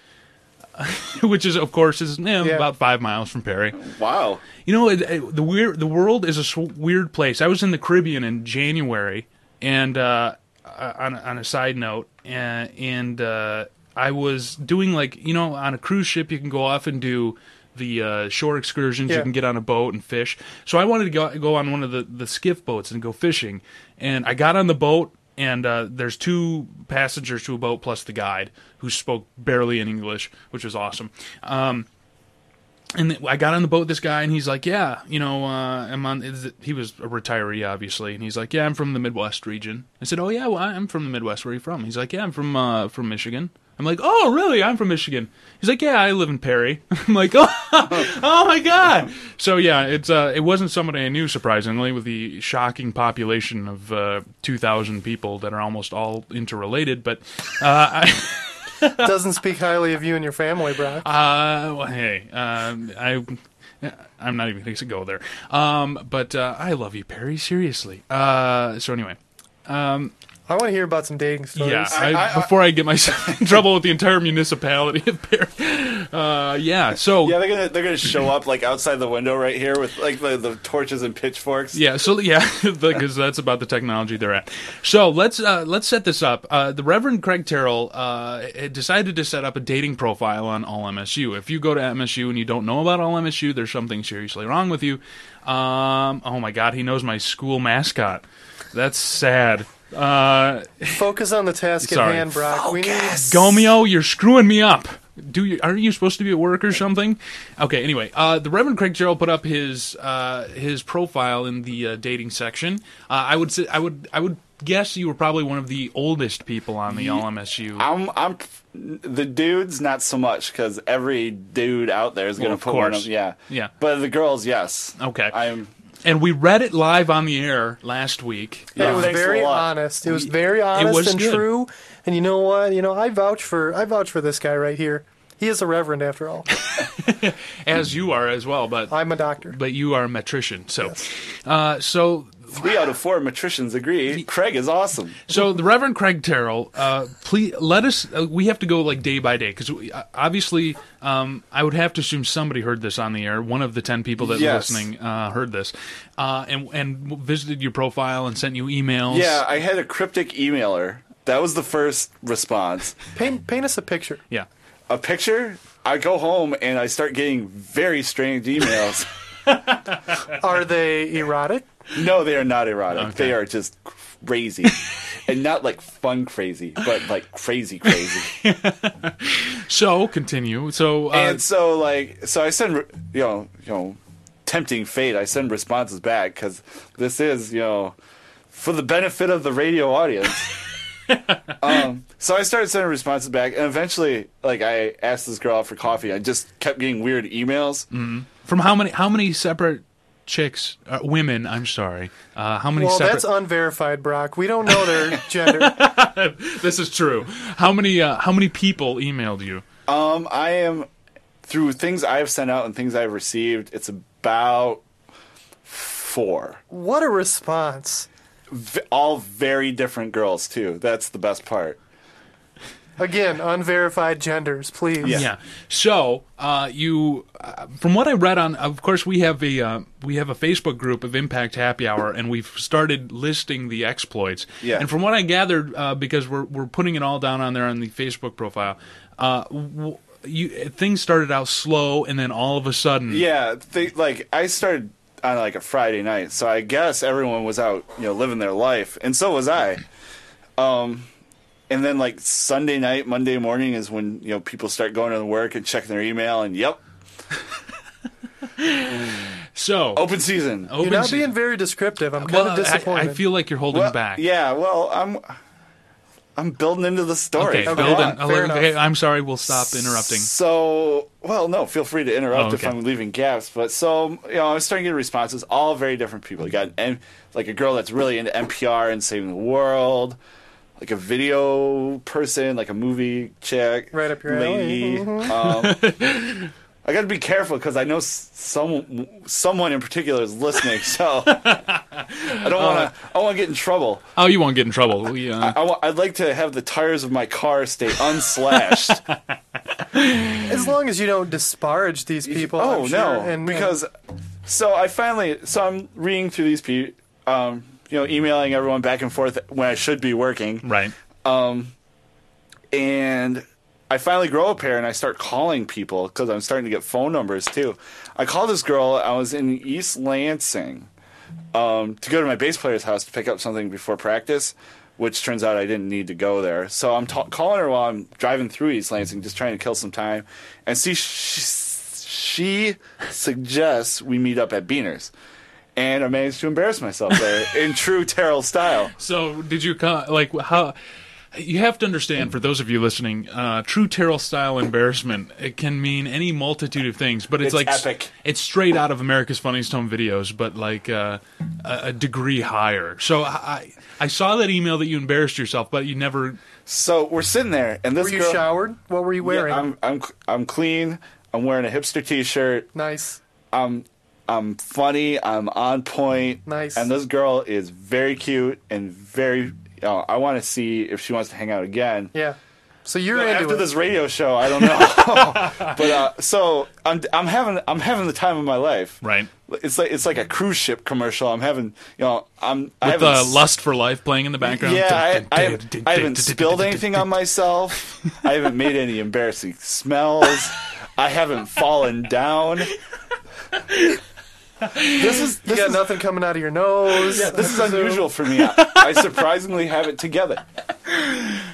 S3: Which is, of course, is eh, about five miles from Perry.
S7: Wow!
S3: You know, it, it- the weird, the world is a sw- weird place. I was in the Caribbean in January, and uh, uh, on on a side note, and, and uh, I was doing like you know, on a cruise ship, you can go off and do the uh, shore excursions. You
S14: Yeah.
S3: can get on a boat and fish. So I wanted to go go on one of the the skiff boats and go fishing, and I got on the boat. And uh, there's two passengers to a boat plus the guide who spoke barely in English, which was awesome. Um, and th- I got on the boat with this guy, and he's like, "Yeah, you know, uh, I'm on." Is it, he was a retiree, obviously, and he's like, "Yeah, I'm from the Midwest region." I said, "Oh yeah, well, I'm from the Midwest. Where are you from?" He's like, "Yeah, I'm from uh, from Michigan." I'm like, "Oh really? I'm from Michigan." He's like, "Yeah, I live in Perry." I'm like, "Oh, oh my god!" So yeah, it's uh, it wasn't somebody I knew surprisingly, with the shocking population of uh, 2,000 people that are almost all interrelated, but uh, I.
S5: Doesn't speak highly of you and your family, Brock.
S3: Uh, well, hey, um, I, I'm not even going to go there. Um, but uh, I love you, Perry. Seriously. Uh, so anyway, um,
S5: I want to hear about some dating stories.
S3: yeah. Oh, I, before I get myself in trouble with the entire municipality of Perry. Uh, yeah. So
S7: yeah, they're gonna they're gonna show up like outside the window right here with like the, the torches and pitchforks.
S3: Yeah, so yeah, because that's about the technology they're at. So let's uh, let's set this up. Uh, the Reverend Craig Terrell uh, had decided to set up a dating profile on All MSU. If you go to MSU and you don't know about All MSU, there's something seriously wrong with you. Um, oh my God, he knows my school mascot. That's sad. Uh,
S5: Focus on the task at
S3: Sorry.
S5: hand, Brock. We need
S3: Gomeo, you're screwing me up. do you aren't you supposed to be at work or something okay anyway uh, the reverend craig gerald put up his uh, his profile in the uh, dating section uh, i would say i would i would guess you were probably one of the oldest people on the
S7: Ye-
S3: lmsu
S7: I'm I'm the dudes not so much because every dude out there is
S3: Well,
S7: gonna
S3: of
S7: put one
S3: course.
S7: of yeah
S3: Yeah.
S7: but the girls yes
S3: okay
S7: I'm
S3: and we read it live on the air last week
S5: it was very honest. It was very honest
S3: was
S5: and
S3: good.
S5: true. And you know what? You know, I vouch for I vouch for this guy right here. He is a reverend after all.
S3: as you are as well but
S5: i'm a doctor
S3: but you are a metrician so uh, so
S7: three out of four matricians agree Craig is awesome
S3: So the Reverend Craig Terrell, uh, please let us. Uh, we have to go like day by day because uh, obviously, um, I would have to assume somebody heard this on the air. One of the ten people that
S7: Yes.
S3: were listening uh, heard this, uh, and and visited your profile and sent you emails.
S7: yeah I had a cryptic emailer that was the first response
S5: paint paint us a picture
S3: yeah
S7: a picture I go home and I start getting very strange emails
S5: Are they erotic?
S7: no they are not erotic they are just crazy and not like fun crazy but like crazy crazy.
S3: So continue. So uh,
S7: and so like so I send you know you know tempting fate I send responses back because this is you know for the benefit of the radio audience. um, so I started sending responses back, and eventually, like I asked this girl out for coffee. I just kept getting weird emails.
S3: mhm. from how many how many separate chicks uh, women? I'm sorry. Uh, how many
S5: Well,
S3: separate?
S5: that's unverified, Brock. We don't know their gender.
S3: this is true. How many uh, how many people emailed you?
S7: Um, I am through things I've sent out and things I've received. It's about four.
S5: What a response!
S7: V- all very different girls too. That's the best part.
S5: Again, unverified genders, please.
S3: Yeah. So uh, you, uh, from what I read on, of course we have a uh, we have a Facebook group of Impact Happy Hour, and we've started listing the exploits.
S7: Yeah.
S3: And from what I gathered, uh, because we're we're putting it all down on there on the Facebook profile, uh, w- you things started out slow, and then all of a sudden,
S7: Yeah, they, like I started on like a Friday night, so I guess everyone was out, you know, living their life, and so was I. Um, and then like Sunday night, Monday morning is when you know people start going to work and checking their email, and yep.
S3: so
S7: open season.
S5: You're not being very descriptive. I'm kind
S7: Well, I-
S5: of
S7: I
S5: disappointed.
S3: feel like you're holding
S7: Well,
S3: back.
S7: Yeah, well, I'm. I'm building into the story.
S3: Okay,
S7: Come
S3: build
S7: on.
S3: in- okay, I'm sorry, we'll stop interrupting.
S7: So, well, no, feel free to interrupt
S3: Oh,
S7: if
S3: okay.
S7: I'm leaving gaps. But so, you know, I was starting to get responses, all very different people. You got an, M- like a girl that's really into NPR and saving the world, like a video person, like a movie chick, right up
S5: your alley.
S7: lady.
S5: Mhm.
S7: Um, I got to be careful because I know s- some someone in particular is listening, so I don't
S3: Uh.
S7: want to. I want to get in trouble.
S3: Oh, you won't get in trouble. We, uh,
S7: I, I, wa- I'd like to have the tires of my car stay unslashed.
S5: as long as you don't disparage these people.
S7: Oh
S5: I'm sure,
S7: no!
S5: and- uh,
S7: because so I finally so I'm reading through these people, um, you know, emailing everyone back and forth when I should be working,
S3: right?
S7: Um, and I finally grow a pair and I start calling people because I'm starting to get phone numbers too. I called this girl. I was in East Lansing um, to go to my bass player's house to pick up something before practice. Which turns out I didn't need to go there, so I'm ta- calling her while I'm driving through East Lansing, just trying to kill some time. And see, she, she suggests we meet up at Beaners, and I managed to embarrass myself there in true Terrell style.
S3: So did you co- like how? You have to understand, for those of you listening, uh, true Terrell style embarrassment it can mean any multitude of things, but it's,
S7: It's
S3: like s-
S7: epic.
S3: It's straight out of America's Funniest Home Videos, but like uh, a, a degree higher. So I, I saw that email that you embarrassed yourself, but you never.
S7: So we're sitting there, and this
S5: were you
S7: girl-
S5: showered? What were you wearing?
S7: Yeah, I'm I'm I'm clean. I'm wearing a hipster t-shirt.
S5: Nice.
S7: I'm I'm funny. I'm on point.
S5: Nice.
S7: And this girl is very cute and very. oh, I want to see if she wants to hang out again.
S5: yeah. So you're
S7: But
S5: into
S7: after
S5: it.
S7: this radio show. I don't know. but uh, so I'm I'm having I'm having the time of my life.
S3: Right.
S7: It's like it's like a cruise ship commercial. I'm having you know I'm I
S3: With
S7: haven't
S3: the
S7: s-
S3: lust for life playing in the background.
S7: yeah, I, I, haven't, I haven't spilled anything on myself. I haven't made any embarrassing smells. I haven't fallen down. This is
S5: you got nothing coming out of your nose.
S7: yeah, this is unusual for me. I, I surprisingly have it together.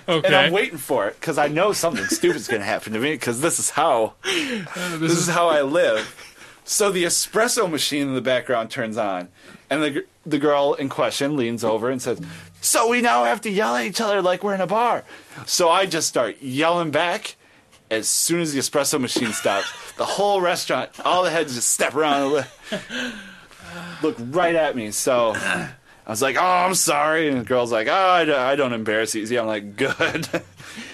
S7: And I'm waiting for it because I know something stupid's going to happen to me because this is how this is how I live. So the espresso machine in the background turns on, and the gr- the girl in question leans over and says, "So we now have to yell at each other like we're in a bar." So I just start yelling back. As soon as the espresso machine stops, the whole restaurant, all the heads just step around and look, look right at me. So I was like, "Oh, I'm sorry," and the girl's like, "Oh, I don't- I don't embarrass you." See, I'm like, "Good,"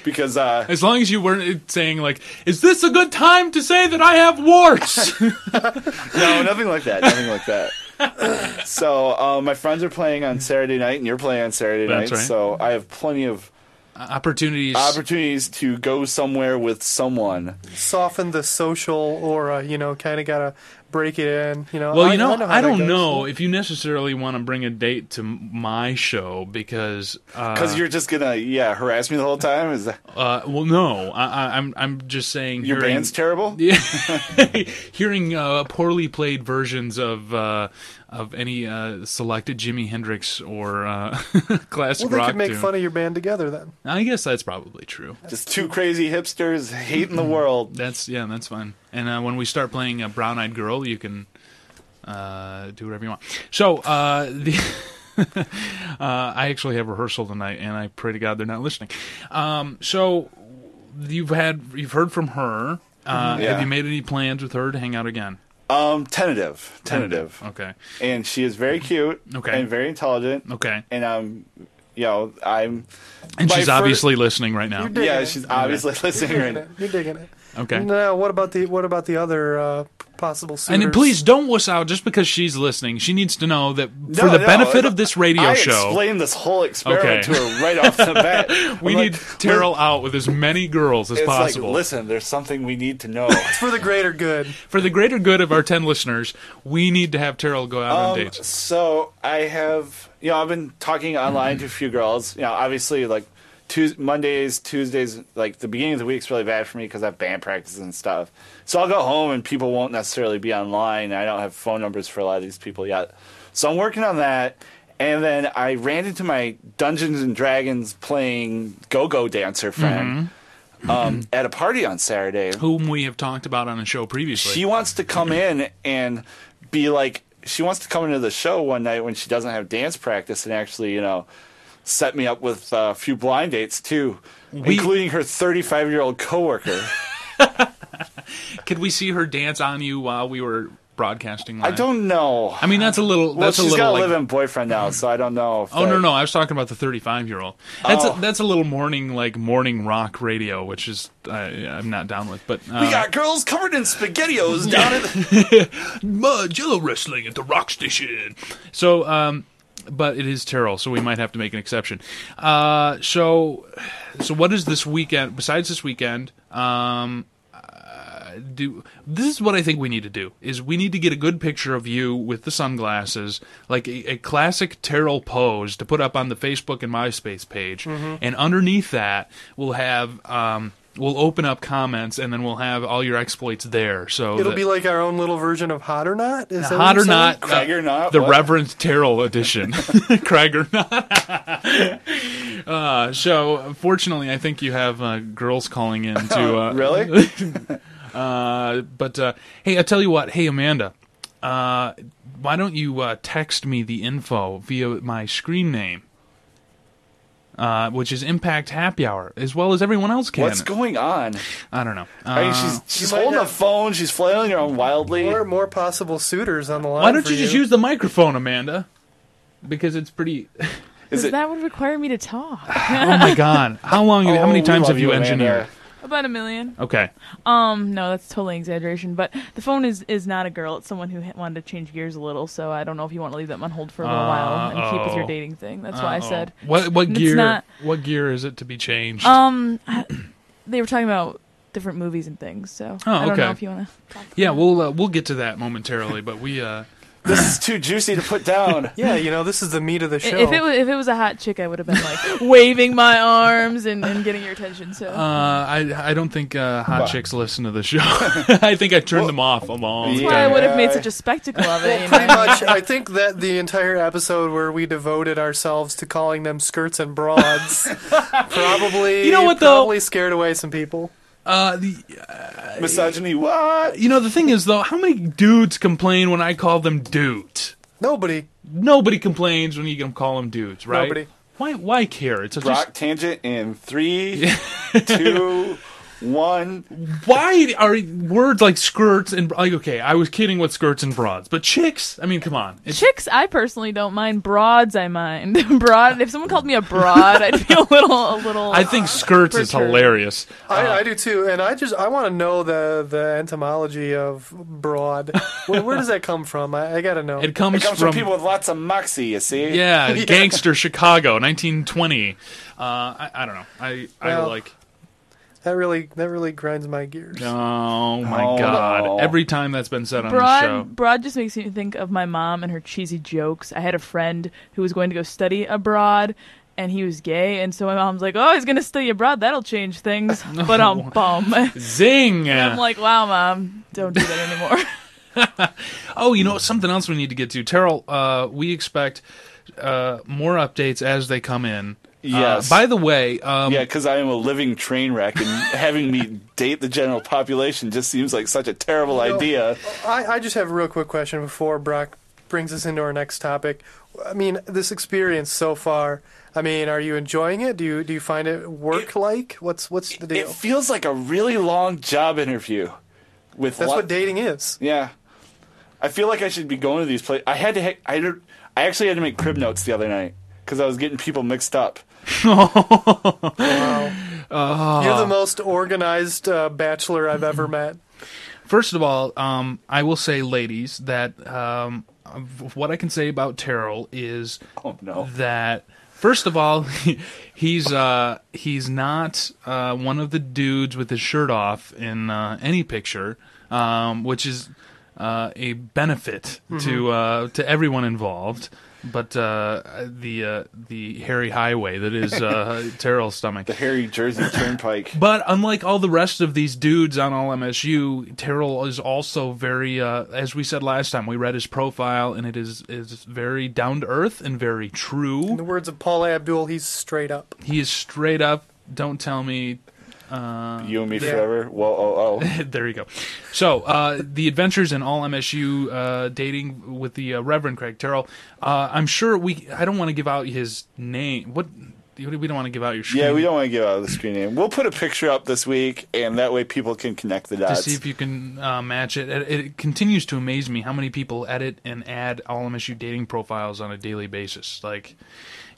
S7: because uh,
S3: As long as you weren't saying like, "Is this a good time to say that I have warts?"
S7: no, nothing like that. Nothing like that. so uh, my friends are playing on Saturday night, and you're playing on Saturday
S3: That's
S7: night.
S3: right.
S7: So I have plenty of
S3: opportunities
S7: opportunities to go somewhere with someone.
S5: Soften the social aura, you know, kind of got to break it in, you know.
S3: Well,
S5: I-
S3: you know,
S5: I, know how
S3: I
S5: that
S3: don't
S5: goes.
S3: know if you necessarily want to bring a date to m- my show because
S7: Because
S3: uh,
S7: you're just gonna yeah harass me the whole time. Is that
S3: uh, well, no, I, I, I'm I'm just saying
S7: your
S3: hearing,
S7: band's terrible?
S3: Yeah, hearing uh, poorly played versions of uh, of any uh, selected Jimi Hendrix or uh, classic
S5: Well, they
S3: rock
S5: could make
S3: tune.
S5: fun of your band together then.
S3: I guess that's probably true.
S7: Just two crazy hipsters hating the world.
S3: That's yeah, that's fine. And uh, when we start playing a Brown Eyed Girl, you can uh, do whatever you want. So uh, the. uh, I actually have rehearsal tonight, and I pray to God they're not listening. Um, so you've had you've heard from her. Uh,
S7: Mm-hmm. Yeah.
S3: Have you made any plans with her to hang out again?
S7: Um, tentative, tentative.
S3: Okay.
S7: And she is very cute.
S3: Okay.
S7: And very intelligent.
S3: Okay.
S7: And um, you know, I'm.
S3: And
S7: my
S3: she's
S7: fir-
S3: obviously listening right now.
S5: digging
S7: Yeah,
S5: it.
S7: she's obviously listening
S5: You're
S7: right now.
S5: digging it. You're digging it.
S3: Okay.
S5: Now, what about the what about the other uh, possible suitors?
S3: And then please don't wuss out just because she's listening. She needs to know that for
S7: No,
S3: the
S7: no,
S3: benefit of this radio
S7: I
S3: show.
S7: explained this whole experiment
S3: Okay.
S7: to her right off the bat.
S3: we
S7: I'm
S3: need
S7: like,
S3: Terrell out with as many girls as
S7: it's
S3: possible.
S7: like, listen, there's something we need to know.
S5: It's for the greater good.
S3: For the greater good of our 10 listeners, we need to have Terrell go out on
S7: Um,
S3: dates.
S7: so I have, you know, I've been talking online to a few girls. You know, obviously, like Tues Mondays, Tuesdays, like the beginning of the week's really bad for me because I have band practice and stuff. So I'll go home and people won't necessarily be online. I don't have phone numbers for a lot of these people yet. So I'm working on that. And then I ran into my Dungeons and Dragons playing go go dancer friend um, at a party on Saturday.
S3: Whom we have talked about on a show previously.
S7: She wants to come in and be like, she wants to come into the show one night when she doesn't have dance practice and actually, you know, set me up with uh, a few blind dates too, including her 35 year old coworker.
S3: Could we see her dance on you while we were broadcasting
S7: I
S3: live?
S7: don't know.
S3: I mean, that's a little.
S7: well,
S3: That's
S7: she's
S3: a
S7: got
S3: little.
S7: a
S3: Like,
S7: live-in boyfriend now, so I don't know. If
S3: oh no,
S7: that-
S3: no! I was talking about the thirty-five-year-old. That's
S7: Oh.
S3: a, that's a little morning like morning rock radio, which is I I'm not down with. But uh,
S7: We got girls covered in spaghettios down at the.
S3: uh, Jello wrestling at the rock station. So, um, but it is Terrell, so we might have to make an exception. Uh, so, so what is this weekend? Besides this weekend, um, uh, do this is what I think we need to do is we need to get a good picture of you with the sunglasses, like a, a classic Terrell pose, to put up on the Facebook and MySpace page,
S5: Mm-hmm.
S3: and underneath that we'll have. Um, We'll open up comments and then we'll have all your exploits there. So
S5: It'll
S3: that-
S5: be like our own little version of Hot or Not. Is that what
S3: Hot
S5: you're
S3: or not,
S5: saying?
S7: Craig or not,
S3: the
S7: what?
S3: Reverend Terrell edition, Craig or not. uh, so, fortunately, I think you have uh, girls calling in to uh,
S7: Really?
S3: Uh, but uh, hey, I tell you what, hey Amanda, uh, why don't you uh, text me the info via my screen name? Uh, which is Impact Happy Hour, as well as everyone else can.
S7: What's going on?
S3: I don't know.
S7: I mean,
S3: Uh,
S7: she's she's
S5: might
S7: holding a
S5: have-
S7: phone. She's flailing around wildly.
S5: More more possible suitors on the line.
S3: why don't
S5: for
S3: you just use the microphone, Amanda? Because it's pretty.
S7: Is
S6: Because
S7: it?
S6: that would require me to talk.
S3: Oh my God! How long? how
S7: Oh,
S3: many
S7: we
S3: times
S7: love
S3: have you,
S7: Amanda.
S3: engineered?
S6: About a million.
S3: Okay.
S6: Um, no, that's totally an exaggeration. But the phone is is not a girl. It's someone who ha- wanted to change gears a little. So I don't know if you want to leave them on hold for a little while and keep with your
S3: Uh-oh.
S6: dating thing. That's why I
S3: Uh-oh.
S6: said
S3: Oh. What what
S6: It's
S3: gear?
S6: not-
S3: What gear is it to be changed?
S6: um, I- they were talking about different movies and things. So
S3: Oh,
S6: I don't
S3: okay.
S6: know if you want to.
S3: yeah, we'll uh, we'll get to that momentarily, but we uh
S7: This is too juicy to put down.
S5: yeah, you know, this is the meat of the show.
S6: If it was if it was a hot chick, I would have been like waving my arms and, and getting your attention. So
S3: Uh, I I don't think uh, hot chicks listen to the show. I think I turned them off a long
S6: that's
S3: time.
S6: why I would have made
S5: Yeah.
S6: such a spectacle of it. You
S5: Pretty
S6: know?
S5: much, I think that the entire episode where we devoted ourselves to calling them skirts and broads probably
S3: You know what, though?
S5: probably scared away some people.
S3: Uh, the, uh,
S7: Misogyny, what?
S3: You know, the thing is, though, how many dudes complain when I call them dudes?
S5: Nobody.
S3: Nobody complains when you can call them dudes, right?
S7: Nobody.
S3: Why, why care? It's a
S7: Rock
S3: just,
S7: tangent in three, two, one.
S3: why are words like skirts and like okay i was kidding with skirts and broads but chicks i mean come on it's,
S6: Chicks, I personally don't mind. Broads, I mind. broad. If someone called me a broad, I'd be a little, a little.
S3: i think skirts is
S6: Richard.
S3: hilarious
S5: I, I do too, and I just I want to know the the entomology of broad. where, where does that come from? I, I gotta know.
S3: It comes It comes from from-
S7: People with lots of moxie, you see?
S3: yeah, gangster chicago 1920 uh i, I don't know i i
S5: Well,
S3: like
S5: That really that really grinds my gears.
S3: oh my
S5: Oh,
S3: god
S5: no.
S3: every time that's been said on the show
S6: Broad, broad just makes me think of my mom and her cheesy jokes. I had a friend who was going to go study abroad, and he was gay, and so my mom's like, "Oh, he's going to study abroad. That'll change things." But I'm bum. And
S3: zing
S6: I'm like, "Wow, mom, don't do that anymore."
S3: Oh, you know something else we need to get to, Terrell. Uh, we expect uh, more updates as they come in. Uh,
S7: Yes.
S3: by the way, um,
S7: yeah, because I am a living train wreck, and having me date the general population just seems like such a terrible
S5: You know, uh,
S7: idea.
S5: I, I just have a real quick question before Brock brings us into our next topic. I mean, this experience so far. I mean, are you enjoying it? Do you do you find it work like? What's what's the
S7: It
S5: deal?
S7: feels like a really long job interview. With
S5: That's
S7: lo-
S5: what dating is.
S7: Yeah, I feel like I should be going to these places. I had to. Ha- I had- I actually had to make crib notes the other night because I was getting people mixed up.
S5: You're
S3: Uh-huh.
S5: the most organized uh, bachelor I've ever met.
S3: First of all, um, I will say, ladies, that um, what I can say about Terrell is
S7: Oh,
S3: that first of all, he's uh, he's not uh, one of the dudes with his shirt off in uh, any picture, um, which is uh, a benefit to uh, to everyone involved. But uh, the uh, the hairy highway that is uh, Terrell's stomach, the
S7: hairy Jersey Turnpike.
S3: But unlike all the rest of these dudes on all MSU, Terrell is also very, uh, as we said last time, we read his profile, and it is is very down to earth and very true.
S5: In the words of Paul Abdul, he's straight up.
S3: He is straight up. Don't tell me. Uh,
S7: You and me
S3: Yeah.
S7: forever. Whoa, oh, oh.
S3: there you go. So, uh, the adventures in all MSU uh, dating with the uh, Reverend Craig Terrell. Uh, I'm sure we. I don't want to give out his name. What? We don't want to give out your. Screen
S7: Yeah, we don't want to give out the screen name. We'll put a picture up this week, and that way people can connect the
S3: to
S7: dots.
S3: see if you can uh, match it. it. It continues to amaze me how many people edit and add all MSU dating profiles on a daily basis. Like,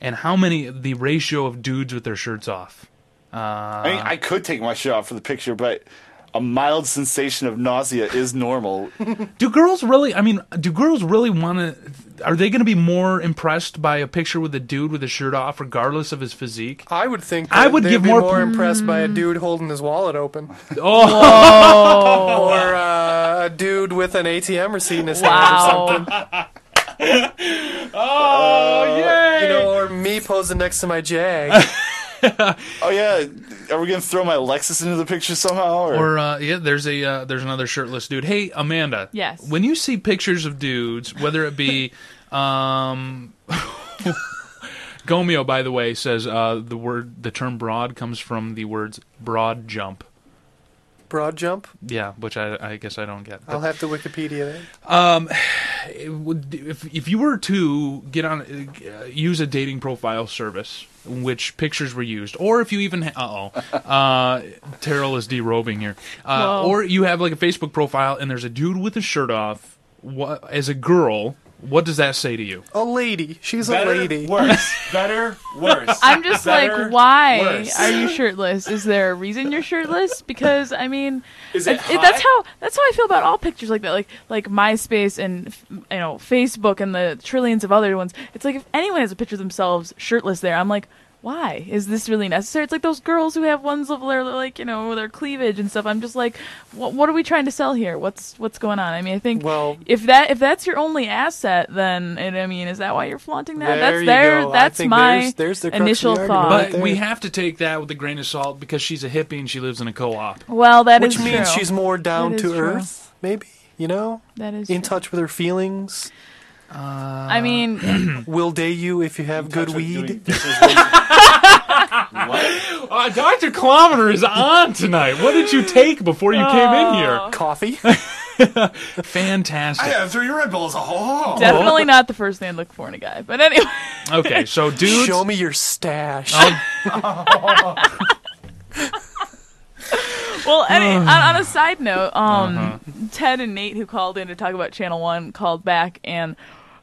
S3: and how many the ratio of dudes with their shirts off. Uh,
S7: I mean, I could take my shirt off for the picture, but a mild sensation of nausea is normal.
S3: do girls really? I mean, do girls really want to? Are they going to be more impressed by a picture with a dude with a shirt off, regardless of his physique?
S5: I would think
S3: I
S5: that
S3: would
S5: they'd
S3: give
S5: be
S3: more-
S5: more, impressed by a dude holding his wallet open.
S3: Oh.
S5: or uh, a dude with an ATM receipt in his
S6: Wow.
S5: hand or something.
S3: oh, yeah.
S5: You know, or me posing next to my Jag.
S7: oh yeah, are we gonna throw my Lexus into the picture somehow? Or,
S3: Or uh, yeah, there's a uh, there's another shirtless dude. Hey, Amanda.
S6: Yes.
S3: When you see pictures of dudes, whether it be, um, Gomeo, by the way, says uh, the word the term broad comes from the words broad jump.
S5: Broad jump.
S3: Yeah, which I, I guess I don't get.
S5: I'll have to Wikipedia that.
S3: Um, it would- if if you were to get on, uh, use a dating profile service, in which pictures were used, or if you even, uh oh, uh, Terrell is derobing here, uh,
S6: Whoa.
S3: or you have like a Facebook profile and there's a dude with a shirt off, what as a girl, what does that say to you?
S5: A lady. She's
S4: Better,
S5: a lady.
S4: Worse. Better, worse.
S6: I'm just
S4: Better,
S6: like, why
S4: worse.
S6: are you shirtless? Is there a reason you're shirtless? Because I mean,
S4: Is it
S6: it- it- that's
S4: hot?
S6: how that's how I feel about all pictures like that, like like MySpace and f- you know Facebook and the trillions of other ones. It's like if anyone has a picture of themselves shirtless there, I'm like, why is this really necessary? It's like those girls who have ones of their like you know their cleavage and stuff. I'm just like, what, what are we trying to sell here? What's what's going on? I mean, I think
S5: well,
S6: if that if that's your only asset, then and I mean, is that why you're flaunting that?
S5: There
S6: that's
S5: you
S6: there.
S5: go. I
S6: That's
S5: think
S6: my
S5: there's- there's the crux of the
S6: initial
S5: argument
S6: thought.
S3: But we have to take that with a grain of salt because she's a hippie and she lives in a co-op.
S6: well, that
S5: which
S6: is
S5: means
S6: true.
S5: she's more down
S6: That is
S5: to
S6: true.
S5: earth, maybe. You know,
S6: That is
S5: in touch with her feelings.
S6: I mean,
S5: will day you if you have good weed.
S3: Uh, Doctor Kilometer is on tonight. What did you take before you came in here?
S5: Coffee.
S3: Fantastic.
S4: have three Red Bulls. Oh,
S6: definitely not the first thing I look for in a guy. But anyway,
S3: Okay, so dudes.
S5: Show me your stash.
S3: Oh,
S6: well, any, on, on a side note, um,
S5: Uh-huh.
S6: Ted and Nate who called in to talk about Channel One called back and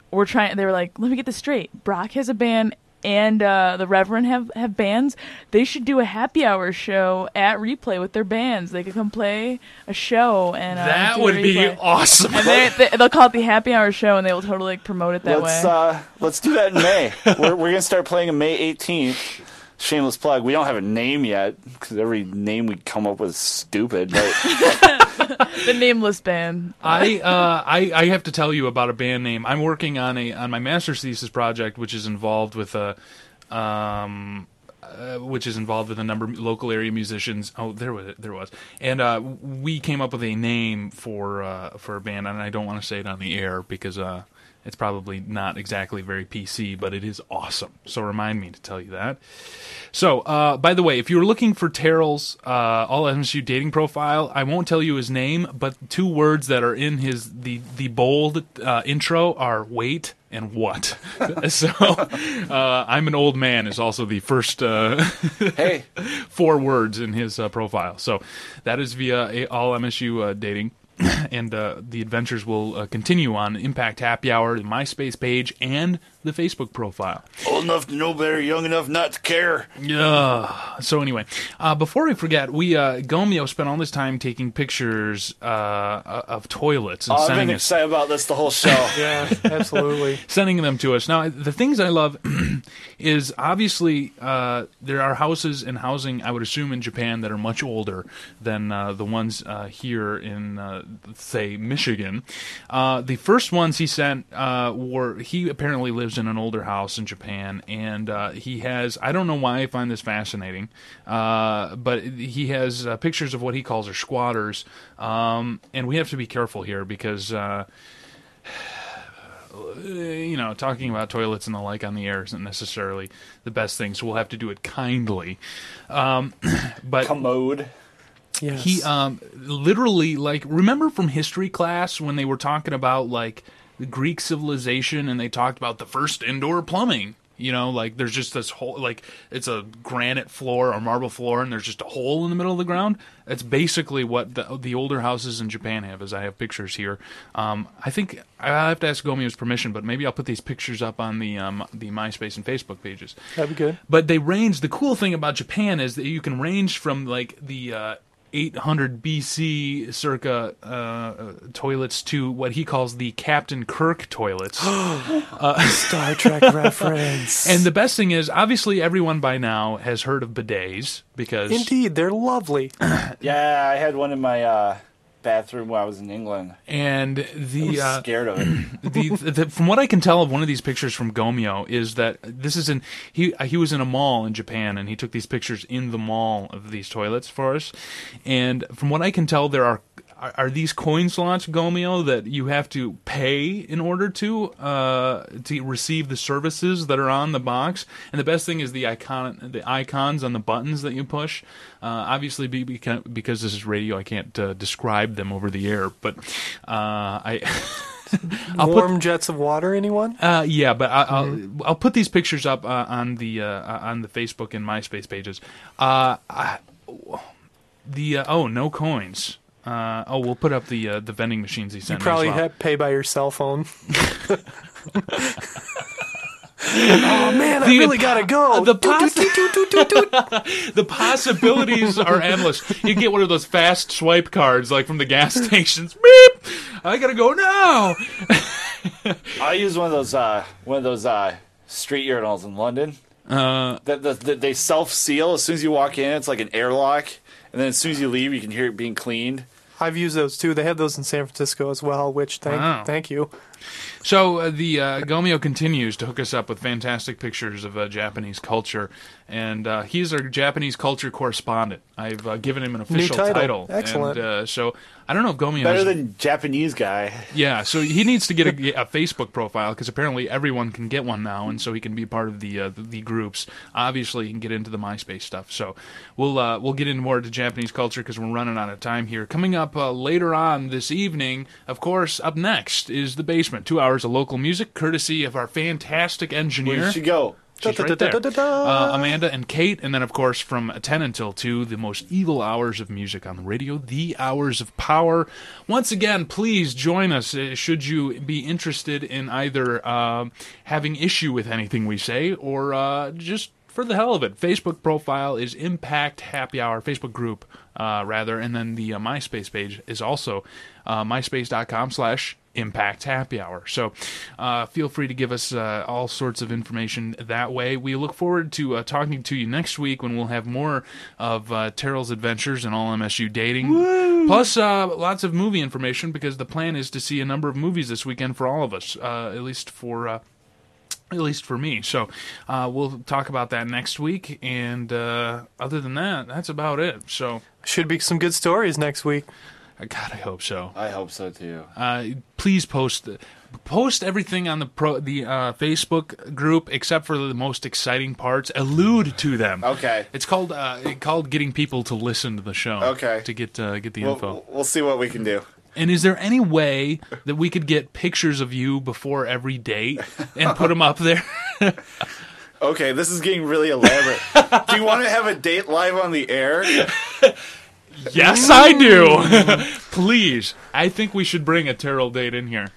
S6: were trying. They were like, "Let me get this straight. Brock has a band." And uh, the Reverend have, have bands. They should do a happy hour show at Replay with their bands. They could come play a show and uh,
S3: That
S6: do a
S3: would be
S6: replay.
S3: awesome.
S6: And they, they, they'll call it the happy hour show, and they will totally like, promote it that
S7: let's
S6: way.
S7: uh, let's do that in May. we're we're gonna start playing on May 18th. Shameless plug. We don't have a name yet because every name we come up with is stupid. But
S6: the nameless band.
S3: I, uh, I I have to tell you about a band name. I'm working on a on my master's thesis project, which is involved with a, um, uh, which is involved with a number of local area musicians. Oh, there was there was, and uh, we came up with a name for uh, for a band, and I don't want to say it on the air because uh, it's probably not exactly very PC, but it is awesome. So remind me to tell you that. So, uh, by the way, if you're looking for Terrell's uh, all MSU dating profile, I won't tell you his name, but two words that are in his the the bold uh, intro are wait and what. so, uh, I'm an old man is also the first uh,
S7: hey,
S3: four words in his uh, profile. So, that is via a, all MSU uh, dating. and uh, the adventures will uh, continue on Impact Happy Hour, the MySpace page, and the Facebook profile.
S7: old enough to know better, young enough not to care.
S3: Yeah. So anyway, uh, before we forget, we uh, Gomeo spent all this time taking pictures uh, of toilets and
S7: Oh, I've
S3: sending
S7: been
S3: us
S7: excited about this the whole show.
S5: yeah, absolutely.
S3: sending them to us. Now, the things I love is obviously uh, there are houses and housing, I would assume, in Japan that are much older than uh, the ones uh, here in, uh, say, Michigan. Uh, the first ones he sent uh, were he apparently lives in an older house in Japan, and uh, he has I don't know why I find this fascinating, uh, but he has uh, pictures of what he calls are squatters, um, and we have to be careful here because. Uh, you know, talking about toilets and the like on the air isn't necessarily the best thing, so we'll have to do it kindly. Um, but
S7: Commode.
S5: Yes.
S3: he um, literally, like, remember from history class when they were talking about, like, the Greek civilization and they talked about the first indoor plumbing? You know, like, there's just this whole, like, it's a granite floor or marble floor and there's just a hole in the middle of the ground. That's basically what the, the older houses in Japan have, as I have pictures here. Um, I think I'll have to ask Gomio's permission, but maybe I'll put these pictures up on the, um, the MySpace and Facebook pages.
S5: That'd be good.
S3: But they range. The cool thing about Japan is that you can range from like the uh, 800 BC circa uh, uh, toilets to what he calls the Captain Kirk toilets.
S5: Star Trek reference.
S3: and the best thing is, obviously, everyone by now has heard of bidets because
S5: Indeed, they're lovely.
S7: Yeah, I had one in my uh, bathroom when I was in England.
S3: and the
S7: I'm
S3: uh,
S7: scared of it.
S3: the, the from what I can tell of one of these pictures from Gomeo is that this is in he uh, he was in a mall in Japan and he took these pictures in the mall of these toilets for us, and from what I can tell there are. Are are these coin slots, Gomeo, that you have to pay in order to uh, to receive the services that are on the box? And the best thing is the icon, the icons on the buttons that you push. Uh, obviously, be, beca- because this is radio, I can't uh, describe them over the air. But uh, I I'll put-
S5: Warm jets of water, anyone?
S3: uh, yeah, but I, I'll I'll put these pictures up uh, on the uh, uh, on the Facebook and MySpace pages. Uh, I, the uh, oh no coins. Uh, oh, we'll put up the uh, the vending machines he
S5: You
S3: sent. me as
S5: probably
S3: well.
S5: have pay by your cell phone. oh man, I
S3: The
S5: really
S3: po-
S5: gotta go.
S3: the
S5: Doot, doot,
S3: pos-
S5: doot, doot, doot, doot, doot.
S3: the possibilities are endless. You get one of those fast swipe cards like from the gas stations. Beep! I gotta go now.
S7: I used one of those uh, one of those uh, street urinals in London.
S3: Uh,
S7: that the, the, they self seal as soon as you walk in. It's like an airlock, and then as soon as you leave, you can hear it being cleaned.
S5: I've used those too. They have those in San Francisco as well, which thank
S3: Wow.
S5: thank you.
S3: So uh, the uh, Gomeo continues to hook us up with fantastic pictures of uh, Japanese culture, and uh, he's our Japanese culture correspondent. I've uh, given him an official
S7: title.
S3: And,
S7: Excellent.
S3: uh, so I don't know if Gomeo
S7: Better
S3: has-
S7: than Japanese guy.
S3: yeah, so he needs to get a, a Facebook profile because apparently everyone can get one now, and so he can be part of the uh, the, the groups. Obviously, he can get into the MySpace stuff. So we'll uh, we'll get into more to Japanese culture because we're running out of time here. Coming up uh, later on this evening, of course, up next is the basement. Two hours of local music, courtesy of our fantastic engineer.
S7: Where'd she go?
S3: She's right there. Uh, Amanda and Kate, and then of course from 10 until 2, the most evil hours of music on the radio, the hours of power. Once again, please join us uh, should you be interested in either uh, having issue with anything we say or uh, just for the hell of it. Facebook profile is Impact Happy Hour, Facebook group uh, rather, and then the uh, MySpace page is also uh, myspace.com slash impact happy hour so uh, feel free to give us uh, all sorts of information that way we look forward to uh, talking to you next week when we'll have more of uh, terrell's adventures and all msu dating plus uh, lots of movie information because the plan is to see a number of movies this weekend for all of us uh, at least for uh, at least for me. So uh, we'll talk about that next week. And uh, other than that, that's about it. So
S5: should be some good stories next week.
S3: God, I hope so.
S7: I hope so too.
S3: Uh, please post post everything on the pro the uh, Facebook group except for the most exciting parts. Allude to them.
S7: Okay.
S3: It's called uh, it called getting people to listen to the show.
S7: Okay.
S3: To get uh, get the
S7: We'll-
S3: info.
S7: We'll see what we can do.
S3: And is there any way that we could get pictures of you before every date and put them up there?
S7: Okay, this is getting really elaborate. do you want to have a date live on the air?
S3: Yes, I do. Please, I think we should bring a Terrell date in here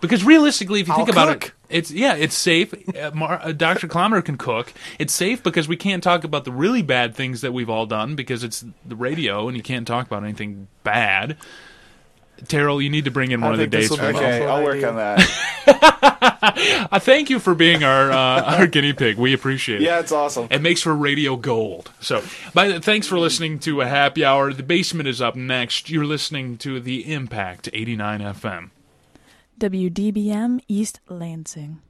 S3: because realistically, if you think about it, it's yeah, it's safe. Uh, Mar- uh, Doctor Clomer can cook. It's safe because we can't talk about the really bad things that we've all done because it's the radio and you can't talk about anything bad. Terrell, you need to bring in
S7: I
S3: one of the
S7: think this
S3: dates.
S7: will be
S3: for
S7: an
S3: us.
S7: Okay, I'll work idea. on
S3: that. I thank you for being our uh, our guinea pig. We appreciate it.
S7: Yeah, it's awesome.
S3: It makes for radio gold. So, by, thanks for listening to a happy hour. The basement is up next. You're listening to the Impact 89 FM.
S6: WDBM East Lansing.